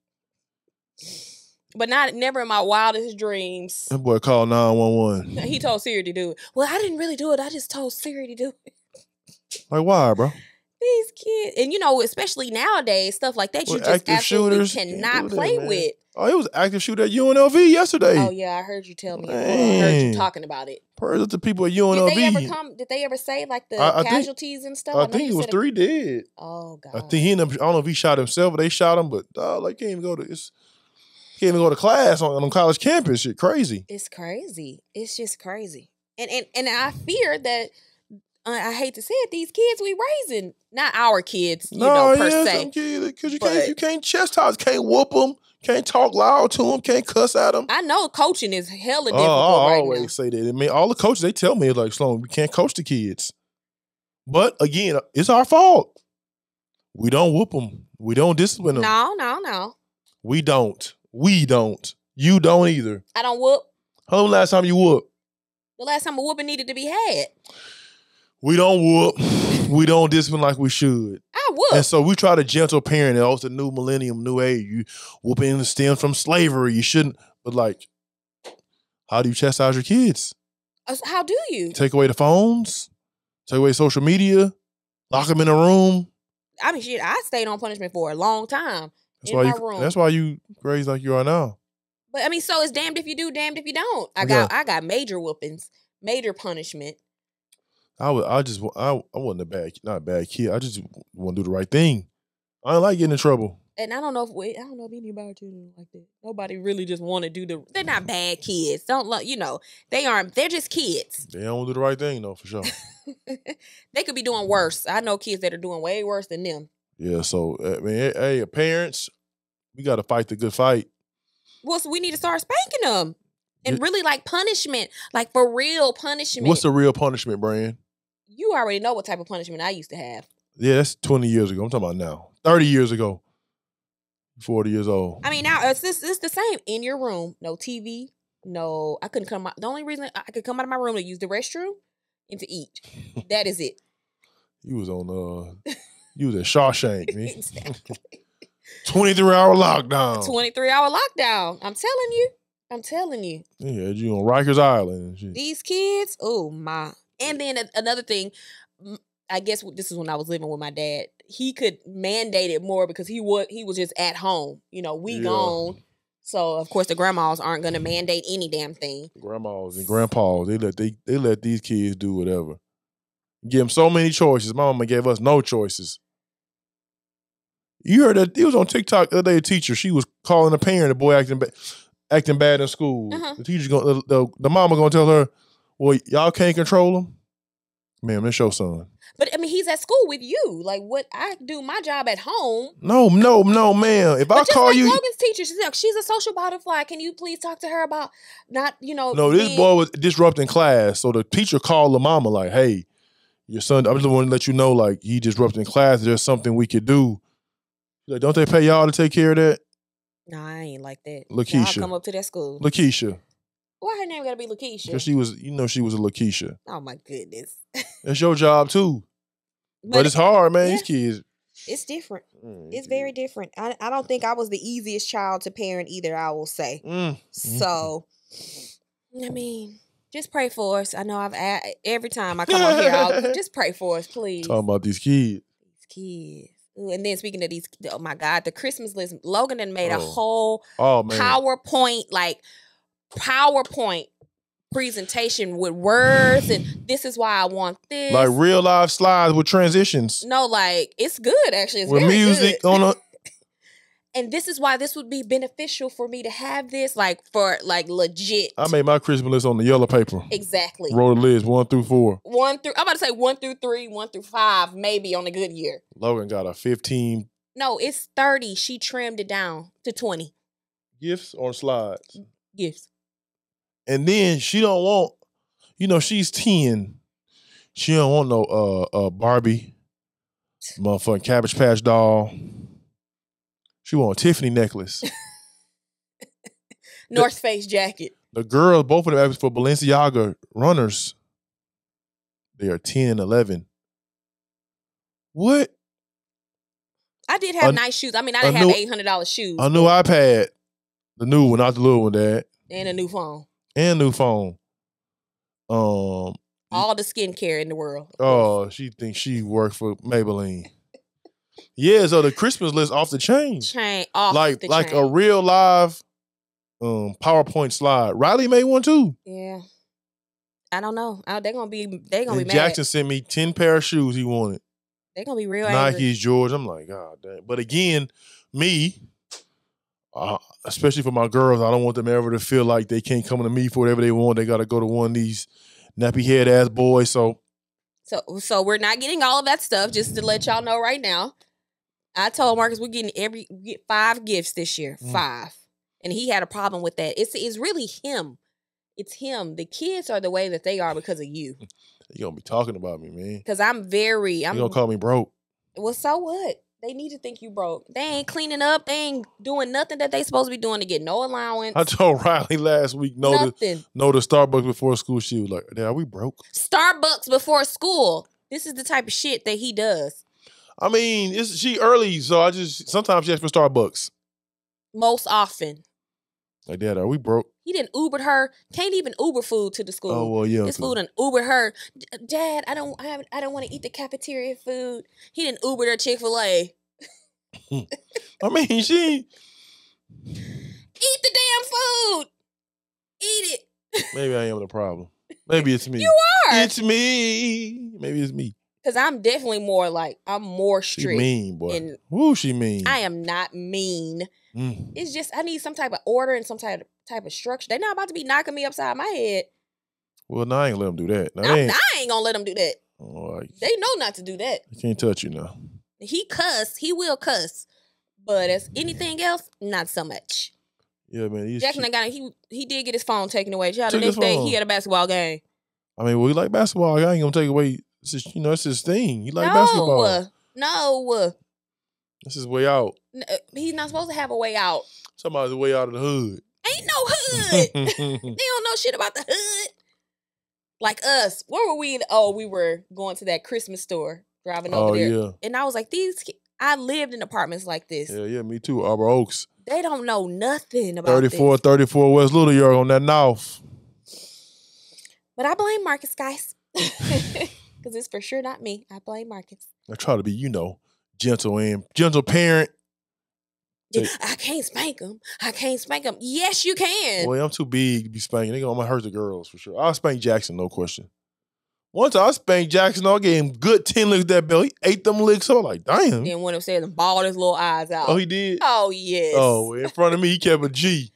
Speaker 2: but not never in my wildest dreams.
Speaker 1: That boy called nine one one.
Speaker 2: (laughs) He told Siri to do it. Well, I didn't really do it. I just told Siri to do it. (laughs)
Speaker 1: Like why, bro?
Speaker 2: These kids, and you know, especially nowadays, stuff like that, you
Speaker 1: With
Speaker 2: just
Speaker 1: active
Speaker 2: absolutely
Speaker 1: shooters, can't
Speaker 2: cannot
Speaker 1: do that,
Speaker 2: play
Speaker 1: man.
Speaker 2: with.
Speaker 1: Oh, it was active shooter at UNLV yesterday.
Speaker 2: Oh yeah, I heard you tell me. I heard you
Speaker 1: Man.
Speaker 2: talking about it.
Speaker 1: Prayers up to people at
Speaker 2: Did
Speaker 1: UNLV.
Speaker 2: they ever come? Did they ever say like the
Speaker 1: I- I think-
Speaker 2: casualties and stuff?
Speaker 1: I
Speaker 2: know
Speaker 1: think
Speaker 2: you
Speaker 1: it was
Speaker 2: said
Speaker 1: three dead.
Speaker 2: Oh god.
Speaker 1: I think he ended up, I don't know if he shot himself or they shot him, but dog, like can't even go to it's can't even go to class on, on college campus. Shit, crazy.
Speaker 2: it's crazy. It's just crazy. And and and I fear that uh, I hate to say it, these kids we raising, not our kids, you know, per se.
Speaker 1: because you
Speaker 2: But-
Speaker 1: can't you can't chastise, can't whoop them, can't talk loud to them, can't cuss at them.
Speaker 2: I know coaching is hella
Speaker 1: Oh,
Speaker 2: difficult
Speaker 1: I
Speaker 2: right
Speaker 1: always say that. I mean, all the coaches they tell me like, Sloan, we can't coach the kids. But again, it's our fault. We don't whoop them. We don't discipline
Speaker 2: now.
Speaker 1: them.
Speaker 2: No, no, no.
Speaker 1: We don't. We don't. You don't either.
Speaker 2: I don't whoop.
Speaker 1: How long last time you whooped?
Speaker 2: The last time a whooping needed to be had,
Speaker 1: We don't whoop. we don't discipline like we should.
Speaker 2: I whoop.
Speaker 1: And so we try to gentle parent. Oh, it's the new millennium, new age. You whooping the stem from slavery. You shouldn't. But like, how do you chastise your kids?
Speaker 2: Uh, How do you?
Speaker 1: Take away the phones. Take away social media. Lock them in a room.
Speaker 2: I mean, shit, I stayed on punishment for a long time.
Speaker 1: That's
Speaker 2: In
Speaker 1: why
Speaker 2: my
Speaker 1: you.
Speaker 2: room.
Speaker 1: That's why you raised like you are now.
Speaker 2: But I mean, so it's damned if you do, damned if you don't. I
Speaker 1: Okay.
Speaker 2: got I got major whoopings, major punishment.
Speaker 1: I was. I just. wa- I. I wasn't a bad. Not a bad kid. I just want to do the right thing. I don't like getting in trouble.
Speaker 2: and I don't know if we, I don't know if anybody children like that. Nobody really just want to do the. They're not bad kids. Don't look, you know, they aren't. They're just (laughs) kids.
Speaker 1: They don't do the right thing though, for sure.
Speaker 2: they could be doing worse. I know kids that are doing way worse than them.
Speaker 1: yeah. So I mean, hey, parents, we got to fight the good fight.
Speaker 2: Well, so we need to start spanking them and
Speaker 1: Yeah.
Speaker 2: really like punishment, like for real punishment.
Speaker 1: What's the real punishment, Brand?
Speaker 2: you already know what type of punishment I used to have.
Speaker 1: Yeah, that's 20 years ago. I'm talking about now. 30 years ago. 40 years old.
Speaker 2: I mean, now it's this it's the same in your room. No TV. No, I couldn't come. out. The only reason I I could come out of my room to use the restroom and to
Speaker 1: (laughs)
Speaker 2: eat. That is it.
Speaker 1: You was on uh you was at Shawshank, man.
Speaker 2: (laughs) Exactly.
Speaker 1: 23 hour lockdown.
Speaker 2: 23 hour lockdown. I'm telling you. I'm telling you.
Speaker 1: Yeah, you on Rikers Island and shit.
Speaker 2: These kids, oh my. And then a- another thing, m- I guess this is when I was living with my dad. He could mandate it more because he was he was just at home. You know, we
Speaker 1: Yeah.
Speaker 2: gone. So of course the grandmas aren't gonna mandate any damn thing.
Speaker 1: Grandmas and grandpas, they let they they let these kids do whatever. Give them so many choices. My mama gave us no choices. You heard that it was on TikTok the other day. A teacher, she was calling a parent, a boy acting bad, acting bad in school.
Speaker 2: Uh-huh.
Speaker 1: The teacher going, the, the, the mama gonna tell her, "Well, y'all can't control him." Ma'am, that's your son.
Speaker 2: But I mean, he's at school with you. Like what I do my job at home.
Speaker 1: No, no, no, ma'am. If
Speaker 2: But
Speaker 1: I
Speaker 2: just
Speaker 1: call
Speaker 2: like
Speaker 1: you,
Speaker 2: Logan's teacher, she's like, she's a social butterfly. Can you please talk to her about not, you know?
Speaker 1: no, this
Speaker 2: being-
Speaker 1: boy was disrupting class. So the teacher called the mama like, "Hey, your son. I just want to let you know, like, he disrupting class. There's something we could do." Like, don't they pay y'all to take care of that,
Speaker 2: Nah, I ain't like that.
Speaker 1: Lakeisha.
Speaker 2: Y'all come up to that school.
Speaker 1: Lakeisha?
Speaker 2: Why her name gotta be Lakeisha?
Speaker 1: Because she was, you know, she was a Lakeisha.
Speaker 2: oh my goodness.
Speaker 1: That's your job too. But, it's hard, man. These kids. mm,
Speaker 2: It's different. It's very
Speaker 1: Mm-hmm.
Speaker 2: different. I, I don't think I was the easiest child to parent either, I will say. (laughs)
Speaker 1: Mm.
Speaker 2: So, I mean, just pray for us. I know I've a every time I come on here,
Speaker 1: (laughs)
Speaker 2: I'll, just pray for us, please.
Speaker 1: Talking about these kids.
Speaker 2: These kids. Ooh, And then speaking of these, oh my God, the Christmas list. Logan and made a
Speaker 1: Oh,
Speaker 2: whole
Speaker 1: Oh man.
Speaker 2: PowerPoint, like PowerPoint presentation with words, and this is why I want this.
Speaker 1: like real live slides with transitions,
Speaker 2: no, like it's good actually. It's
Speaker 1: with
Speaker 2: very
Speaker 1: music
Speaker 2: good. (laughs)
Speaker 1: on a.
Speaker 2: and this is why this would be beneficial for me to have this, like for like legit.
Speaker 1: I made my Christmas list on the yellow paper.
Speaker 2: exactly.
Speaker 1: Wrote a list one through four.
Speaker 2: one through I'm about to say one through three, one through five, maybe on a good year.
Speaker 1: Logan got a 15
Speaker 2: No, it's 30. She trimmed it down to 20
Speaker 1: gifts on slides.
Speaker 2: gifts.
Speaker 1: And then she don't want, you know, she's 10. She don't want no uh uh Barbie, motherfucking cabbage patch doll. She want a Tiffany necklace.
Speaker 2: North Face jacket.
Speaker 1: the girls, both of them asked for Balenciaga runners. They are 10 and 11. What?
Speaker 2: I did have
Speaker 1: A-
Speaker 2: nice shoes. I mean, I
Speaker 1: a
Speaker 2: didn't have
Speaker 1: new-
Speaker 2: eight hundred dollars shoes
Speaker 1: A new iPad. The new one, not the little one, Dad.
Speaker 2: and a new phone.
Speaker 1: And new phone. Um,
Speaker 2: All the skincare in the world.
Speaker 1: oh, she thinks she worked for Maybelline. yeah, so the Christmas list off the chain.
Speaker 2: chain off
Speaker 1: like
Speaker 2: the
Speaker 1: like a
Speaker 2: chain.
Speaker 1: real live um PowerPoint slide. Riley made one too.
Speaker 2: yeah. I don't know. I, they're gonna be they're gonna
Speaker 1: and
Speaker 2: be
Speaker 1: Jackson
Speaker 2: mad.
Speaker 1: sent me 10 pair of shoes he wanted.
Speaker 2: They're gonna be real angry.
Speaker 1: Nike's George. I'm like, God damn. But again, me, uh, especially for my girls, I don't want them ever to feel like they can't come to me for whatever they want. They got to go to one of these nappy head ass boys. So
Speaker 2: So so we're not getting all of that stuff. Just to let y'all know right now, I told Marcus we're getting every we get five gifts this year,
Speaker 1: Mm.
Speaker 2: five, and he had a problem with that. It's it's really him. It's him. The kids are the way that they are because of
Speaker 1: (laughs)
Speaker 2: you.
Speaker 1: you gonna be talking about me, man.
Speaker 2: Because I'm very I'm
Speaker 1: you gonna call me broke.
Speaker 2: well. So what? They need to think you broke. They ain't cleaning up. They ain't doing nothing that they supposed to be doing to get no allowance. (laughs)
Speaker 1: (laughs) I told Riley last week no to
Speaker 2: nothing.
Speaker 1: no to Starbucks before school. She was like, "Dad, are we broke?"
Speaker 2: Starbucks before school. This is the type of shit that he does
Speaker 1: I mean, it's she early, so I just sometimes she asks for Starbucks.
Speaker 2: most often.
Speaker 1: Like, Dad, are we broke?
Speaker 2: He didn't Ubered her. Can't even Uber food to the school.
Speaker 1: Oh well, yeah.
Speaker 2: This
Speaker 1: cool.
Speaker 2: food and Uber her. D- uh, Dad, I don't I, haven't- I don't want to eat the cafeteria food. He didn't Uber her Chick fil A. Eat
Speaker 1: I mean, she
Speaker 2: the damn food. Eat it.
Speaker 1: maybe I am the problem. Maybe
Speaker 2: (laughs)
Speaker 1: it's me.
Speaker 2: You are.
Speaker 1: It's me. Maybe it's me.
Speaker 2: Because I'm definitely more like, I'm more
Speaker 1: She
Speaker 2: strict.
Speaker 1: mean, boy.
Speaker 2: and-
Speaker 1: Woo, she mean.
Speaker 2: I am not mean.
Speaker 1: Mm.
Speaker 2: It's just, I need some type of order and some type of, type of structure. They're not about to be knocking me upside my head.
Speaker 1: Well, now I ain't let him do that. Now,
Speaker 2: I'm-
Speaker 1: they ain't,
Speaker 2: I ain't going to let them do that.
Speaker 1: oh, I
Speaker 2: They know not to do that.
Speaker 1: I can't touch you now.
Speaker 2: He cuss, he will cuss. But as anything else, not so much.
Speaker 1: Yeah, man. He's
Speaker 2: Jackson
Speaker 1: cute.
Speaker 2: done got he he did get his phone taken away. Child, the
Speaker 1: Took his
Speaker 2: next day
Speaker 1: phone.
Speaker 2: he had a basketball game.
Speaker 1: I mean, well, he like basketball. I ain't gonna take away. It's just, you know, it's his thing. He like
Speaker 2: no,
Speaker 1: basketball.
Speaker 2: uh, no, uh,
Speaker 1: This is way out.
Speaker 2: n- uh, he's not supposed to have a way out.
Speaker 1: Somebody's way out of the hood.
Speaker 2: Ain't no
Speaker 1: (laughs)
Speaker 2: hood. they don't know shit about the hood. Like us, where were we? in- Oh, we were going to that Christmas store, driving over
Speaker 1: oh
Speaker 2: there,
Speaker 1: yeah,
Speaker 2: and I was like, these. ki- I lived in apartments like this.
Speaker 1: yeah, yeah. Me too. Arbor Oaks,
Speaker 2: They don't know nothing about
Speaker 1: 34,
Speaker 2: this.
Speaker 1: 34 West Little York on that north.
Speaker 2: But I blame Marcus, guys, (laughs) because it's for sure not me. I blame Marcus.
Speaker 1: I try to be, you know, gentle and gentle parent.
Speaker 2: Yeah,
Speaker 1: Take-
Speaker 2: I can't spank him. I can't spank him. Yes, you can.
Speaker 1: Boy, I'm too big to be spanking. They gonna I'm gonna hurt the girls for sure. I'll spank Jackson, no question. Once I spanked Jackson, I gave him good 10 licks that bell. He ate them licks. I was like, damn.
Speaker 2: Then went upstairs and bawled his little eyes out.
Speaker 1: Mm-hmm. Oh, he did?
Speaker 2: Oh, yes.
Speaker 1: Oh, in front of me, he kept a G.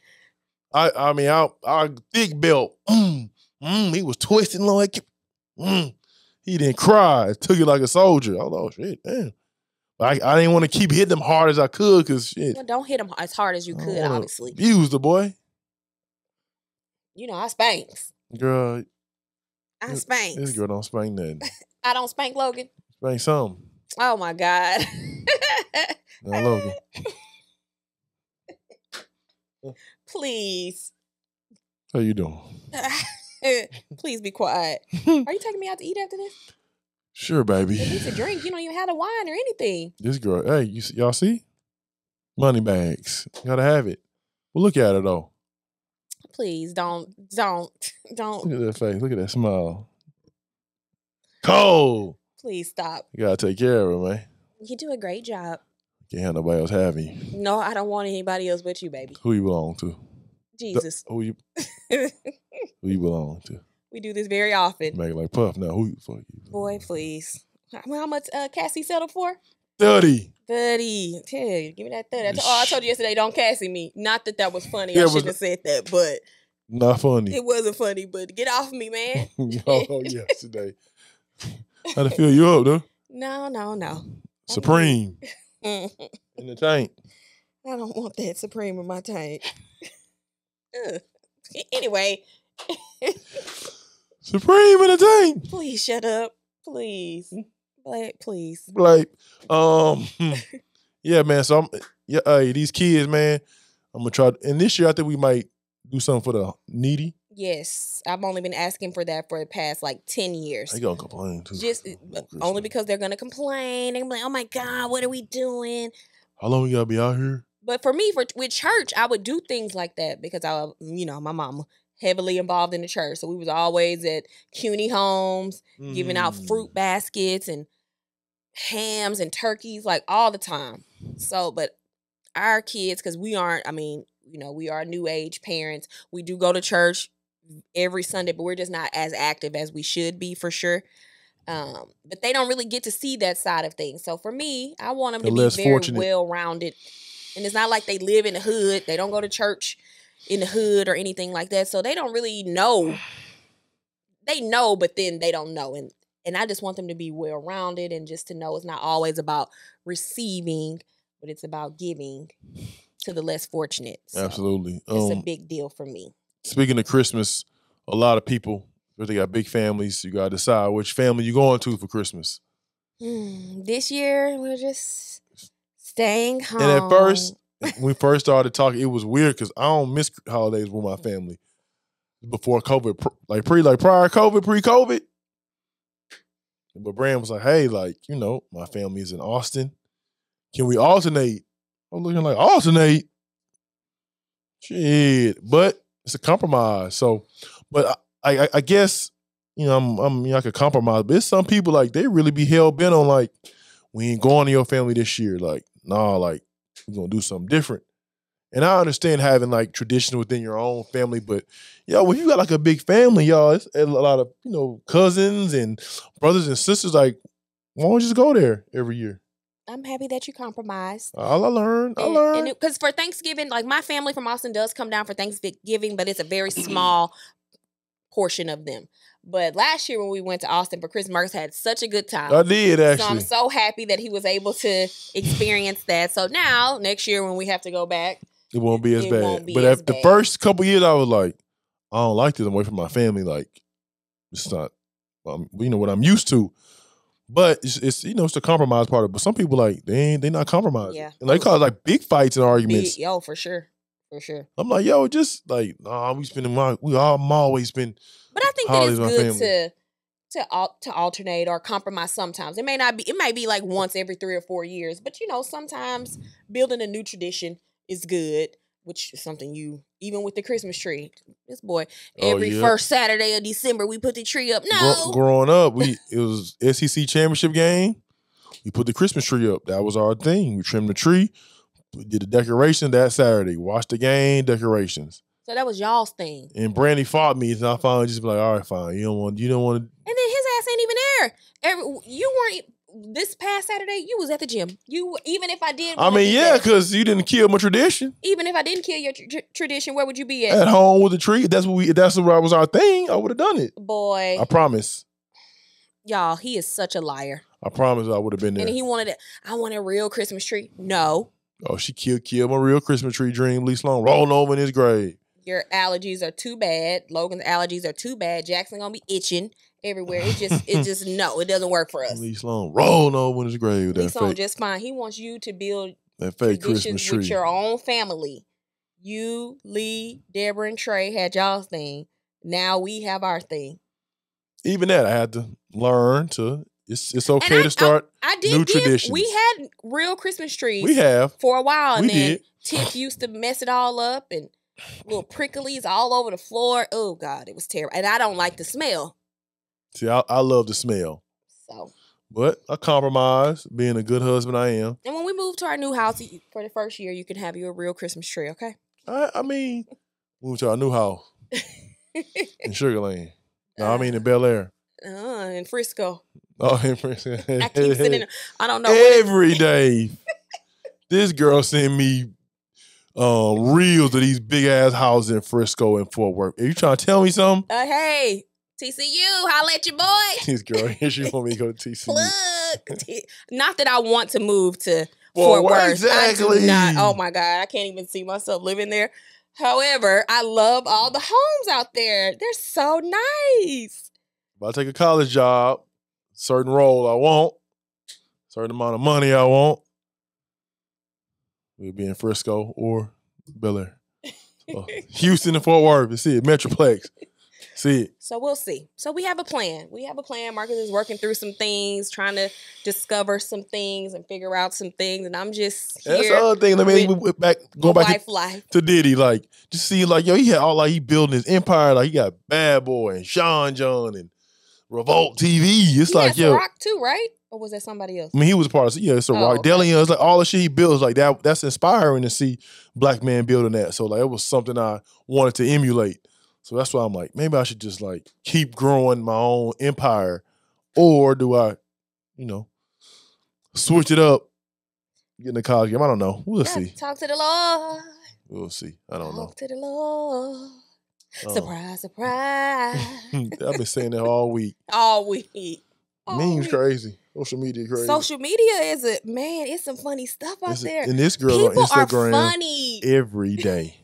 Speaker 1: I I mean, I, I thick belt. Mm, mm, he was twisting low. I kept- Mm. He didn't cry. It took it like a soldier. I was like, oh shit, damn. I, I didn't want to keep hitting him hard as I could because shit,
Speaker 2: Well, don't hit him as hard as you
Speaker 1: I
Speaker 2: could,
Speaker 1: don't wanna
Speaker 2: obviously.
Speaker 1: abused the boy.
Speaker 2: You know, I spanks.
Speaker 1: Girl,
Speaker 2: I
Speaker 1: This-
Speaker 2: spanks.
Speaker 1: this girl don't spank (laughs) nothing.
Speaker 2: I don't spank Logan.
Speaker 1: Spank something.
Speaker 2: Oh my God. (laughs)
Speaker 1: Now Logan.
Speaker 2: Please. (laughs)
Speaker 1: How you doing? (laughs)
Speaker 2: Please be quiet. Are you taking me out to eat after this?
Speaker 1: Sure, baby.
Speaker 2: At least a drink. You don't even have a wine or anything.
Speaker 1: This girl, hey, you see, y'all see? Money bags. Gotta have it. Well, look at her though.
Speaker 2: Please don't, don't, (laughs) don't.
Speaker 1: Look at that face. Look at that smile. Cold.
Speaker 2: Please stop.
Speaker 1: You gotta take care of her, man. You
Speaker 2: You do a great job.
Speaker 1: can't have nobody else have you.
Speaker 2: No, I don't want anybody else but you, baby.
Speaker 1: Who you belong to?
Speaker 2: Jesus. (laughs)
Speaker 1: Who you who you belong to?
Speaker 2: we do this very often.
Speaker 1: Make it like Puff now. Who you fuck you?
Speaker 2: Boy, please. How how much uh, Cassie settled for?
Speaker 1: Thirty.
Speaker 2: 30. Hey, give me that 30. I to- oh, I told you yesterday, don't Cassie me. Not that that was funny.
Speaker 1: Yeah,
Speaker 2: I
Speaker 1: it Mm. was-
Speaker 2: shouldn't have said that, but
Speaker 1: Not funny. (laughs)
Speaker 2: it wasn't funny. But get off me, man.
Speaker 1: oh,
Speaker 2: (laughs)
Speaker 1: yesterday. How to fill you up, though?
Speaker 2: No, no, no.
Speaker 1: Supreme
Speaker 2: (laughs) Mm,
Speaker 1: in the tank.
Speaker 2: I don't want that Supreme in my tank. (laughs) Ugh. anyway,
Speaker 1: Supreme in the tank.
Speaker 2: please shut up. Please. Like, please.
Speaker 1: like um hmm. yeah man so i'm yeah hey, these kids man i'm gonna try and this year i think we might do something for the needy
Speaker 2: Yes, I've only been asking for that for the past like 10 years.
Speaker 1: they gonna complain too
Speaker 2: Just uh,
Speaker 1: Oh,
Speaker 2: only
Speaker 1: Christian.
Speaker 2: because they're going to complain. They're gonna be like, oh my God, what are we doing?
Speaker 1: how long you gotta be out here
Speaker 2: but for me for with church i would do things like that because i you know my mom heavily involved in the church so we was always at cuny homes giving out
Speaker 1: Mm.
Speaker 2: fruit baskets and hams and turkeys like all the time so but our kids because we aren't i mean you know we are new age parents we do go to church every sunday but we're just not as active as we should be for sure um but they don't really get to see that side of things so for me i want them
Speaker 1: The
Speaker 2: to be
Speaker 1: less
Speaker 2: very
Speaker 1: fortunate.
Speaker 2: well-rounded and it's not like they live in the hood they don't go to church in the hood or anything like that so they don't really know they know but then they don't know and and i just want them to be well-rounded and just to know it's not always about receiving but it's about giving to the less fortunate. So
Speaker 1: absolutely
Speaker 2: It's a
Speaker 1: um
Speaker 2: big deal for me.
Speaker 1: speaking of christmas a lot of people if they got big families you gotta decide which family you going to for christmas
Speaker 2: Hmm, this year, we're just staying home.
Speaker 1: and at first when we first started talking it was weird because i don't miss holidays with my family before covid pr- like pre like prior covid pre-covid but Bram was like, "Hey, like you know, my family's in Austin. Can we alternate?" I'm looking like alternate. Shit, but it's a compromise. So, but I, I, I guess you know I'm, I'm you know, I could compromise. But it's some people like they really be hell bent on like we ain't going to your family this year. Like, nah, like we gonna do something different. And I understand having like tradition within your own family, but yo, when you got like a big family, y'all, it's a lot of you know cousins and brothers and sisters. Like, why don't you just go there every year?
Speaker 2: I'm happy that you compromised.
Speaker 1: All I learned, I learned.
Speaker 2: Because for Thanksgiving, like my family from Austin does come down for Thanksgiving, but it's a very
Speaker 1: Mm-hmm.
Speaker 2: small portion of them. But last year when we went to Austin for Chris Marks had such a good time.
Speaker 1: I did
Speaker 2: So
Speaker 1: actually.
Speaker 2: I'm so happy that he was able to experience that. So now next year when we have to go back,
Speaker 1: it won't be as
Speaker 2: it
Speaker 1: bad.
Speaker 2: won't be
Speaker 1: but
Speaker 2: as
Speaker 1: after the
Speaker 2: bad.
Speaker 1: first couple years, I was like, I don't like this. I'm away from my family. Like, it's not, um, you know, what I'm used to. But it's, it's you know it's the compromise part of. it. But some people like they ain't, they not compromising.
Speaker 2: Yeah.
Speaker 1: And they cause like big fights and
Speaker 2: be,
Speaker 1: arguments.
Speaker 2: yo, oh, for sure. For sure.
Speaker 1: I'm like, yo, just like, nah, we spending my, we all, I'm always been,
Speaker 2: But I think
Speaker 1: Holly's
Speaker 2: that
Speaker 1: my
Speaker 2: it's good
Speaker 1: family.
Speaker 2: to to al- to alternate or compromise sometimes. It may not be it might be like once every 3 or 4 years, but you know, sometimes building a new tradition is good, which is something you even with the Christmas tree. This boy,
Speaker 1: Oh,
Speaker 2: every
Speaker 1: yeah.
Speaker 2: first Saturday of December we put the tree up.
Speaker 1: gro-
Speaker 2: No.
Speaker 1: growing up,
Speaker 2: (laughs)
Speaker 1: we, it was SEC championship game. We put the Christmas tree up. That was our thing. We trimmed the tree. We did the decoration that Saturday. Watched the game, decorations.
Speaker 2: so that was y'all's thing.
Speaker 1: And Brandy fought me, and I finally just be like, all right, fine. You don't want, you don't want
Speaker 2: (laughs)
Speaker 1: to.
Speaker 2: And then his ass ain't even there. Every, you weren't e- this past Saturday. You was at the gym. You even if I did.
Speaker 1: I
Speaker 2: wanna
Speaker 1: mean,
Speaker 2: do
Speaker 1: yeah,
Speaker 2: that,
Speaker 1: because you didn't kill my tradition.
Speaker 2: even if I didn't kill your tr- tr- tradition, where would you be at,
Speaker 1: At home with the tree, that's what we, that's what was our thing. I would have done it.
Speaker 2: boy?
Speaker 1: I promise.
Speaker 2: Y'all, he is such a liar.
Speaker 1: I promise I would have been there.
Speaker 2: And he wanted it. I want a real Christmas tree. No,
Speaker 1: oh, she killed killed my real Christmas tree dream. Lee Sloan rolling over in his grave.
Speaker 2: your allergies are too bad. Logan's allergies are too bad. Jackson gonna be itching everywhere. It just,
Speaker 1: (laughs)
Speaker 2: it just no, it doesn't work for us.
Speaker 1: Lee Sloan rolling over in his grave with that
Speaker 2: He's on
Speaker 1: fake,
Speaker 2: just fine. He wants you to build
Speaker 1: that fake Christmas
Speaker 2: traditions
Speaker 1: tree.
Speaker 2: with your own family. You, Lee, Deborah, and Trey had y'all's thing. Now we have our thing.
Speaker 1: Even that, I had to learn to. It's it's okay
Speaker 2: I-
Speaker 1: to start.
Speaker 2: I did
Speaker 1: New
Speaker 2: give. We
Speaker 1: traditions.
Speaker 2: had real Christmas trees
Speaker 1: we have.
Speaker 2: for a while, and
Speaker 1: we
Speaker 2: then
Speaker 1: did.
Speaker 2: Tiff used to mess it all up and little pricklies all over the floor. Oh God, it was terrible, and I don't like the smell.
Speaker 1: See, I, I love the smell,
Speaker 2: So,
Speaker 1: but I compromise. Being a good husband, I am.
Speaker 2: and when we moved to our new house you- for the first year, you can have you a real Christmas tree, okay?
Speaker 1: I, I mean, moved to our new house in Sugar Land. No, I mean in Bel Air.
Speaker 2: (laughs)
Speaker 1: (laughs)
Speaker 2: Uh, in Frisco,
Speaker 1: Oh, in Princeton.
Speaker 2: I keep sending. I don't know. what it- (laughs)
Speaker 1: every day. this girl send me uh, reels of these big ass houses in Frisco and Fort Worth. Are you trying to tell me something? (laughs)
Speaker 2: Uh, hey, TCU, holla at your boy.
Speaker 1: This girl, here she want me to go to TCU.
Speaker 2: Plug. T- Not that I want to move to Fort
Speaker 1: Worth,
Speaker 2: Worth. I
Speaker 1: Exactly.
Speaker 2: do not. Oh my God, I can't even see myself living there. However, I love all the homes out there. They're so nice.
Speaker 1: If I take a college job, certain role I want, certain amount of money I want, we'll be in Frisco or Bel
Speaker 2: (laughs)
Speaker 1: Air. So, Houston and Fort Worth. You see it. Metroplex. See it.
Speaker 2: So we'll see. So we have a plan. We have a plan. Marcus is working through some things, trying to discover some things and figure out some things. And I'm just
Speaker 1: And That's
Speaker 2: here.
Speaker 1: the other thing. Let me
Speaker 2: with
Speaker 1: we- back
Speaker 2: my
Speaker 1: going back to
Speaker 2: wife life.
Speaker 1: to Diddy. Like, just see, like, yo, he had all like he building his empire. Like, he got Bad Boy and Sean John and Revolt TV. It's
Speaker 2: He
Speaker 1: like,
Speaker 2: has
Speaker 1: yo,
Speaker 2: rock too, right? Or was that somebody else?
Speaker 1: I mean, he was a part of yeah, it's a
Speaker 2: Oh,
Speaker 1: rock.
Speaker 2: okay.
Speaker 1: Delian, it's like all the shit he builds, like that. That's inspiring to see black man building that. So like, it was something I wanted to emulate. So that's why I'm like, maybe I should just like keep growing my own empire, or do I, you know, switch it up? Get in the college game. I don't know. We'll
Speaker 2: Yeah,
Speaker 1: see.
Speaker 2: Talk to the Lord.
Speaker 1: We'll see. I don't know. Oh.
Speaker 2: Talk to the Lord.
Speaker 1: I don't know.
Speaker 2: Surprise, surprise.
Speaker 1: (laughs) I've been saying that all week.
Speaker 2: All week.
Speaker 1: (laughs)
Speaker 2: All
Speaker 1: Memes
Speaker 2: week.
Speaker 1: crazy. Social media crazy.
Speaker 2: Social media is a man, it's some funny stuff out
Speaker 1: This is-
Speaker 2: there.
Speaker 1: And this girl
Speaker 2: People
Speaker 1: on
Speaker 2: are
Speaker 1: Instagram
Speaker 2: funny. (laughs)
Speaker 1: every day.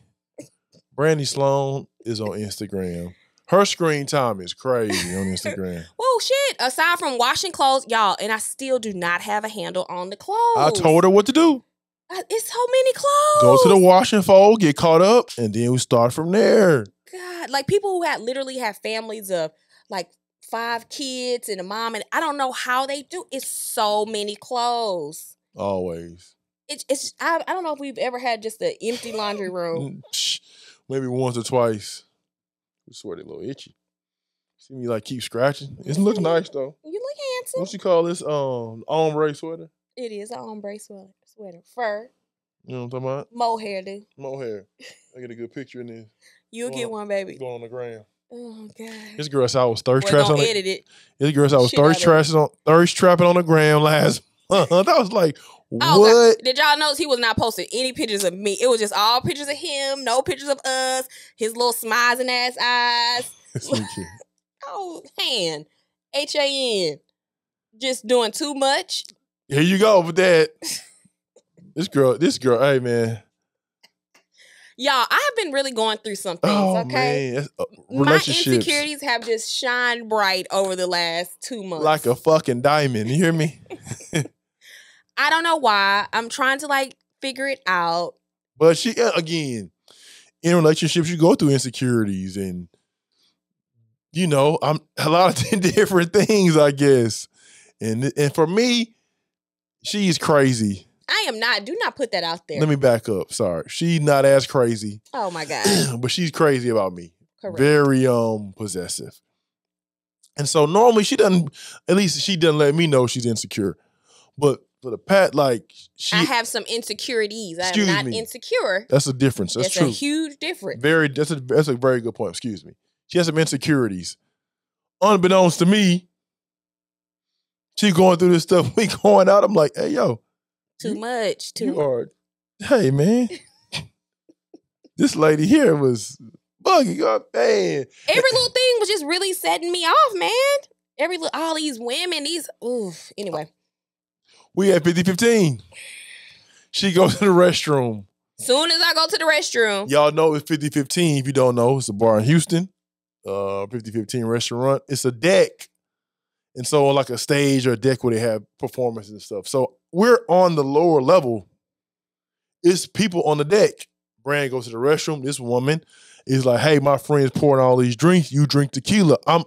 Speaker 1: Brandy Sloan is on Instagram. Her screen time is crazy on
Speaker 2: (laughs)
Speaker 1: Instagram.
Speaker 2: Whoa, shit. Aside from washing clothes, y'all, and I still do not have a handle on the clothes.
Speaker 1: I told her what to do.
Speaker 2: I- it's so many clothes.
Speaker 1: Go to the wash and fold, get caught up, and then we start from there.
Speaker 2: God, like people who had literally have families of like five kids and a mom, and I don't know how they do. It's so many clothes.
Speaker 1: Always.
Speaker 2: It's, it's I, I don't know if we've ever had just an
Speaker 1: (laughs)
Speaker 2: empty laundry
Speaker 1: Mm,
Speaker 2: room.
Speaker 1: psh, Maybe once or twice. I swear they a little itchy. See me like keep scratching. It looks nice though.
Speaker 2: You look handsome. (laughs)
Speaker 1: What you call this? Um, ombre sweater.
Speaker 2: It is an ombre sweater, sweater, fur,
Speaker 1: You know what I'm talking about?
Speaker 2: mohair. Do
Speaker 1: Mohair. I get a good picture in
Speaker 2: (laughs)
Speaker 1: this.
Speaker 2: you'll get
Speaker 1: Well,
Speaker 2: one, baby?
Speaker 1: Going on the gram.
Speaker 2: Oh God.
Speaker 1: This girl said I was thirst
Speaker 2: Well,
Speaker 1: trash on
Speaker 2: don't
Speaker 1: it.
Speaker 2: edit it.
Speaker 1: This girl said I was
Speaker 2: Shit out
Speaker 1: thirst
Speaker 2: of it.
Speaker 1: trash on thirst trapping on the gram last (laughs) month. I was like,
Speaker 2: Oh,
Speaker 1: what? (laughs)
Speaker 2: God. did y'all notice he was not posting any pictures of me? It was just all pictures of him, no pictures of us. His little smizing ass eyes.
Speaker 1: This new kid.
Speaker 2: Oh, hand. H A N. Just doing too much.
Speaker 1: Here you go with
Speaker 2: (laughs)
Speaker 1: that. This girl, this girl, hey man.
Speaker 2: Y'all, I have been really going through some things,
Speaker 1: Oh
Speaker 2: okay?
Speaker 1: man, That's, uh,
Speaker 2: My
Speaker 1: relationships
Speaker 2: insecurities have just shined bright over the last two months.
Speaker 1: like a fucking diamond. You hear me?
Speaker 2: I don't know why. I'm trying to like figure it out.
Speaker 1: But she uh, again, in relationships, you go through insecurities and you know, I'm a lot of (laughs) different things, I guess. And and for me, she's crazy.
Speaker 2: I am not. Do not put that out there.
Speaker 1: Let me back up. Sorry, she's not as crazy, (clears throat)
Speaker 2: oh my God.
Speaker 1: but she's crazy about me.
Speaker 2: Correct.
Speaker 1: Very um possessive. And so normally she doesn't. At least she doesn't let me know she's insecure. But for the pat, like she.
Speaker 2: I have some insecurities. I am
Speaker 1: Excuse
Speaker 2: not
Speaker 1: me.
Speaker 2: insecure.
Speaker 1: that's a difference. That's
Speaker 2: That's
Speaker 1: true.
Speaker 2: a huge difference.
Speaker 1: Very. That's a that's a very good point. Excuse me. She has some insecurities. Unbeknownst to me, she going through this stuff. (laughs) We going out. I'm like, hey yo,
Speaker 2: Too
Speaker 1: You-
Speaker 2: much. Too
Speaker 1: you are. Hey man, this lady here was buggy. God man,
Speaker 2: every little thing was just really setting me off, man. Every little, all these women, these, oof. Anyway,
Speaker 1: We at 5015. She goes to the restroom.
Speaker 2: soon as I go to the restroom,
Speaker 1: Y'all know it's 5015. If you don't know, it's a bar in Houston, uh, 5015 restaurant. It's a deck. And so, like a stage or a deck where they have performances and stuff. So, we're on the lower level. It's people on the deck. Brand goes to the restroom. This woman is like, hey, my friend's pouring all these drinks. You drink tequila. I'm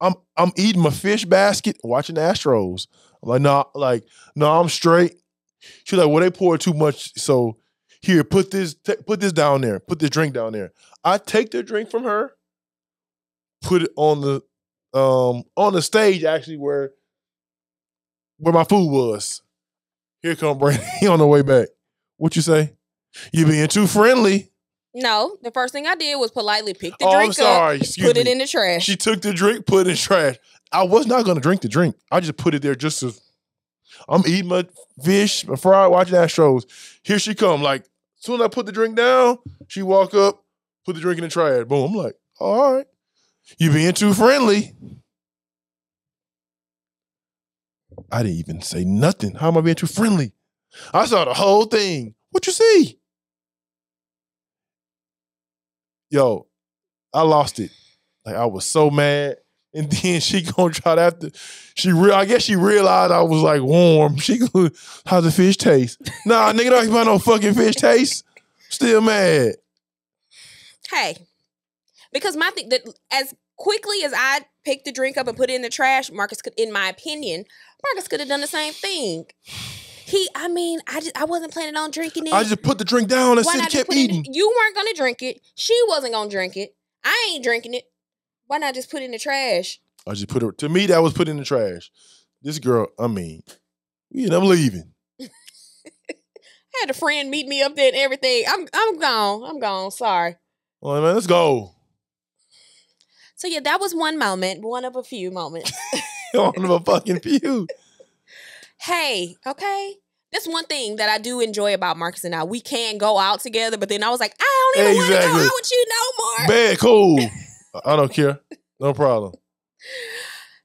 Speaker 1: I'm I'm eating my fish basket, watching the Astros. I'm like, no, like, no, I'm straight. She's like, well, they pour too much. So here, put this, ta- put this down there. Put this drink down there. I take the drink from her, put it on the um on the stage actually where where my food was. Here come Brandy (laughs) on the way back. What you say? You being too friendly.
Speaker 2: no. The first thing I did was politely pick the
Speaker 1: oh,
Speaker 2: drink
Speaker 1: I'm sorry.
Speaker 2: up,
Speaker 1: Excuse
Speaker 2: put
Speaker 1: me.
Speaker 2: it in the trash.
Speaker 1: She took the drink, put it in trash. I was not gonna drink the drink. I just put it there just to. I'm eating my fish, my fry, watching Astros. Here she come. Like soon as I put the drink down, she walk up, put the drink in the trash. Boom. I'm like, all right, you being too friendly. I didn't even say nothing. How am I being too friendly? I saw the whole thing. What you see? Yo, I lost it. Like I was so mad. (laughs) And then she gonna try to after she real I guess she realized I was like warm. She go, how the fish taste? Nah, nigga, don't about no fucking fish taste. Still mad.
Speaker 2: hey, because my thing that as quickly as I picked the drink up and put it in the trash, Marcus could, in my opinion, Marcus could have done the same thing. He, I mean, I just I wasn't planning on drinking it.
Speaker 1: I just put the drink down and
Speaker 2: Why
Speaker 1: said
Speaker 2: not just
Speaker 1: kept
Speaker 2: put it
Speaker 1: eating.
Speaker 2: in, you weren't gonna drink it. She wasn't gonna drink it. I ain't drinking it. Why not just put it in the trash?
Speaker 1: I just put it to me that was put in the trash. This girl, I mean, yeah, I'm leaving.
Speaker 2: I had a friend meet me up there and everything. I'm I'm gone. I'm gone. Sorry.
Speaker 1: Well, man, let's go. (laughs)
Speaker 2: So yeah, that was one moment, one of a
Speaker 1: (laughs)
Speaker 2: few moments.
Speaker 1: On a fucking few.
Speaker 2: hey, okay. That's one thing that I do enjoy about Marcus and I. We can go out together, but then I was like, I don't even want to
Speaker 1: Exactly.
Speaker 2: go out with you no more.
Speaker 1: Bad, cool. I- I don't care. No problem.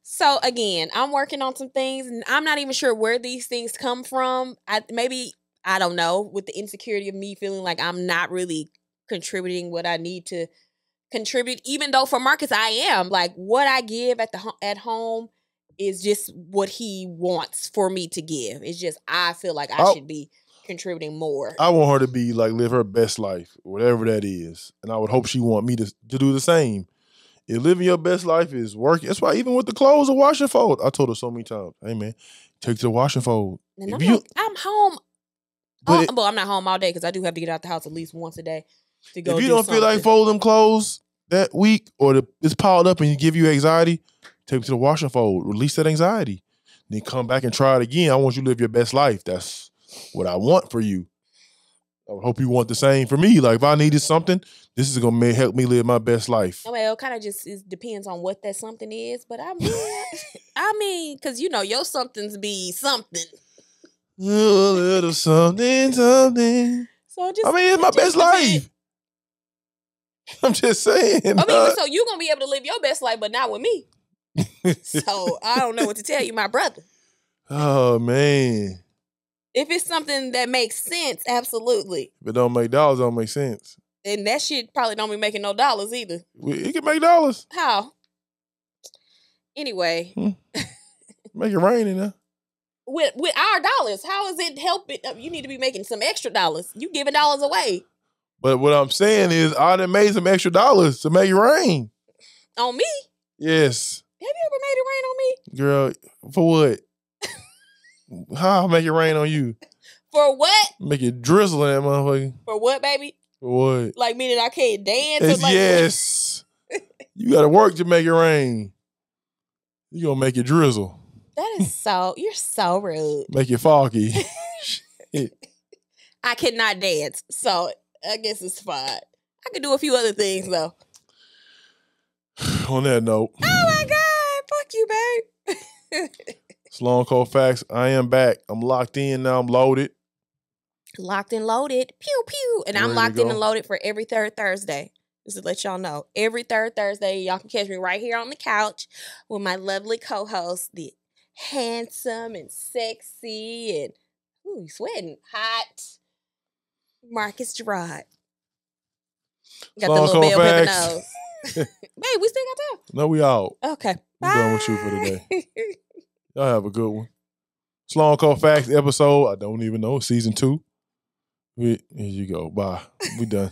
Speaker 2: So again, I'm working on some things, and I'm not even sure where these things come from. I maybe I don't know with the insecurity of me feeling like I'm not really contributing what I need to contribute. Even though for Marcus, I am like what I give at the ho- at home is just what he wants for me to give. It's just I feel like I
Speaker 1: Oh.
Speaker 2: should be contributing more.
Speaker 1: I want her to be like live her best life, whatever that is, and I would hope she want me to to do the same. If living your best life is working, that's why even with the clothes, the wash and fold. I told her so many times, "Hey man, take the wash and fold."
Speaker 2: And I'm,
Speaker 1: if you-
Speaker 2: not- I'm home.
Speaker 1: But
Speaker 2: all-
Speaker 1: it-
Speaker 2: well, I'm not home all day because I do have to get out the house at least once a day to go.
Speaker 1: if you
Speaker 2: do
Speaker 1: don't feel like
Speaker 2: something.
Speaker 1: folding them clothes that week, or the, it's piled up and you give you anxiety, take it to the wash and fold, release that anxiety, then come back and try it again. I want you to live your best life. That's what I want for you. I would hope you want the same for me. Like if I needed something, this is gonna ma- help me live my best life.
Speaker 2: Well, it kind of just is, depends on what that something is, but I mean,
Speaker 1: (laughs)
Speaker 2: (laughs) I mean, because you know your somethings be something.
Speaker 1: A little something, something.
Speaker 2: So it just,
Speaker 1: I mean, it's my
Speaker 2: (laughs) it just
Speaker 1: best life.
Speaker 2: depend-
Speaker 1: I'm just saying.
Speaker 2: I mean,
Speaker 1: uh, (laughs)
Speaker 2: so you gonna be able to live your best life, but not with me. (laughs) So I don't know what to tell you, my brother.
Speaker 1: oh man,
Speaker 2: If it's something that makes sense, absolutely,
Speaker 1: if it don't make dollars, it don't make sense.
Speaker 2: and that shit probably don't be making no dollars either.
Speaker 1: We- It can make dollars.
Speaker 2: How? Anyway,
Speaker 1: Hmm. Make it rain in there.
Speaker 2: with with our dollars, how is it helping? You need to be making some extra dollars. You giving dollars away
Speaker 1: But what I'm saying is, I done made some extra dollars to make it rain.
Speaker 2: on me.
Speaker 1: Yes,
Speaker 2: Have you ever made it rain on me?
Speaker 1: girl. For what? (laughs) How I make it rain on you?
Speaker 2: For what?
Speaker 1: Make it drizzle in that motherfucker.
Speaker 2: For what, baby?
Speaker 1: For what?
Speaker 2: Like meaning I can't dance? or
Speaker 1: It's
Speaker 2: like,
Speaker 1: yes. you got to work to make it rain. You gonna make it drizzle,
Speaker 2: That is so. You're so rude.
Speaker 1: make it foggy.
Speaker 2: I cannot dance, so I guess it's fine. I could do a few other things though.
Speaker 1: On that note,
Speaker 2: Oh my god! Fuck you, babe.
Speaker 1: it's Long Cold Facts. I am back. I'm locked in now. I'm loaded.
Speaker 2: Locked and loaded. Pew pew. And I'm
Speaker 1: Ready to
Speaker 2: locked in
Speaker 1: go.
Speaker 2: and loaded for every third Thursday. Just to let y'all know, every third Thursday, y'all can catch me right here on the couch with my lovely co-host, the handsome and sexy and ooh, you sweating hot Marcus Gerard. Got the
Speaker 1: Long
Speaker 2: little
Speaker 1: cold
Speaker 2: bell pepper
Speaker 1: facts. (laughs)
Speaker 2: nose. Babe, we still got
Speaker 1: No, we out.
Speaker 2: time. Okay.
Speaker 1: We done with you for
Speaker 2: bye.
Speaker 1: Y'all have a good one. It's Long Cold Facts
Speaker 2: (laughs)
Speaker 1: episode. I don't even know. Season two. We, here you go. Bye. We done.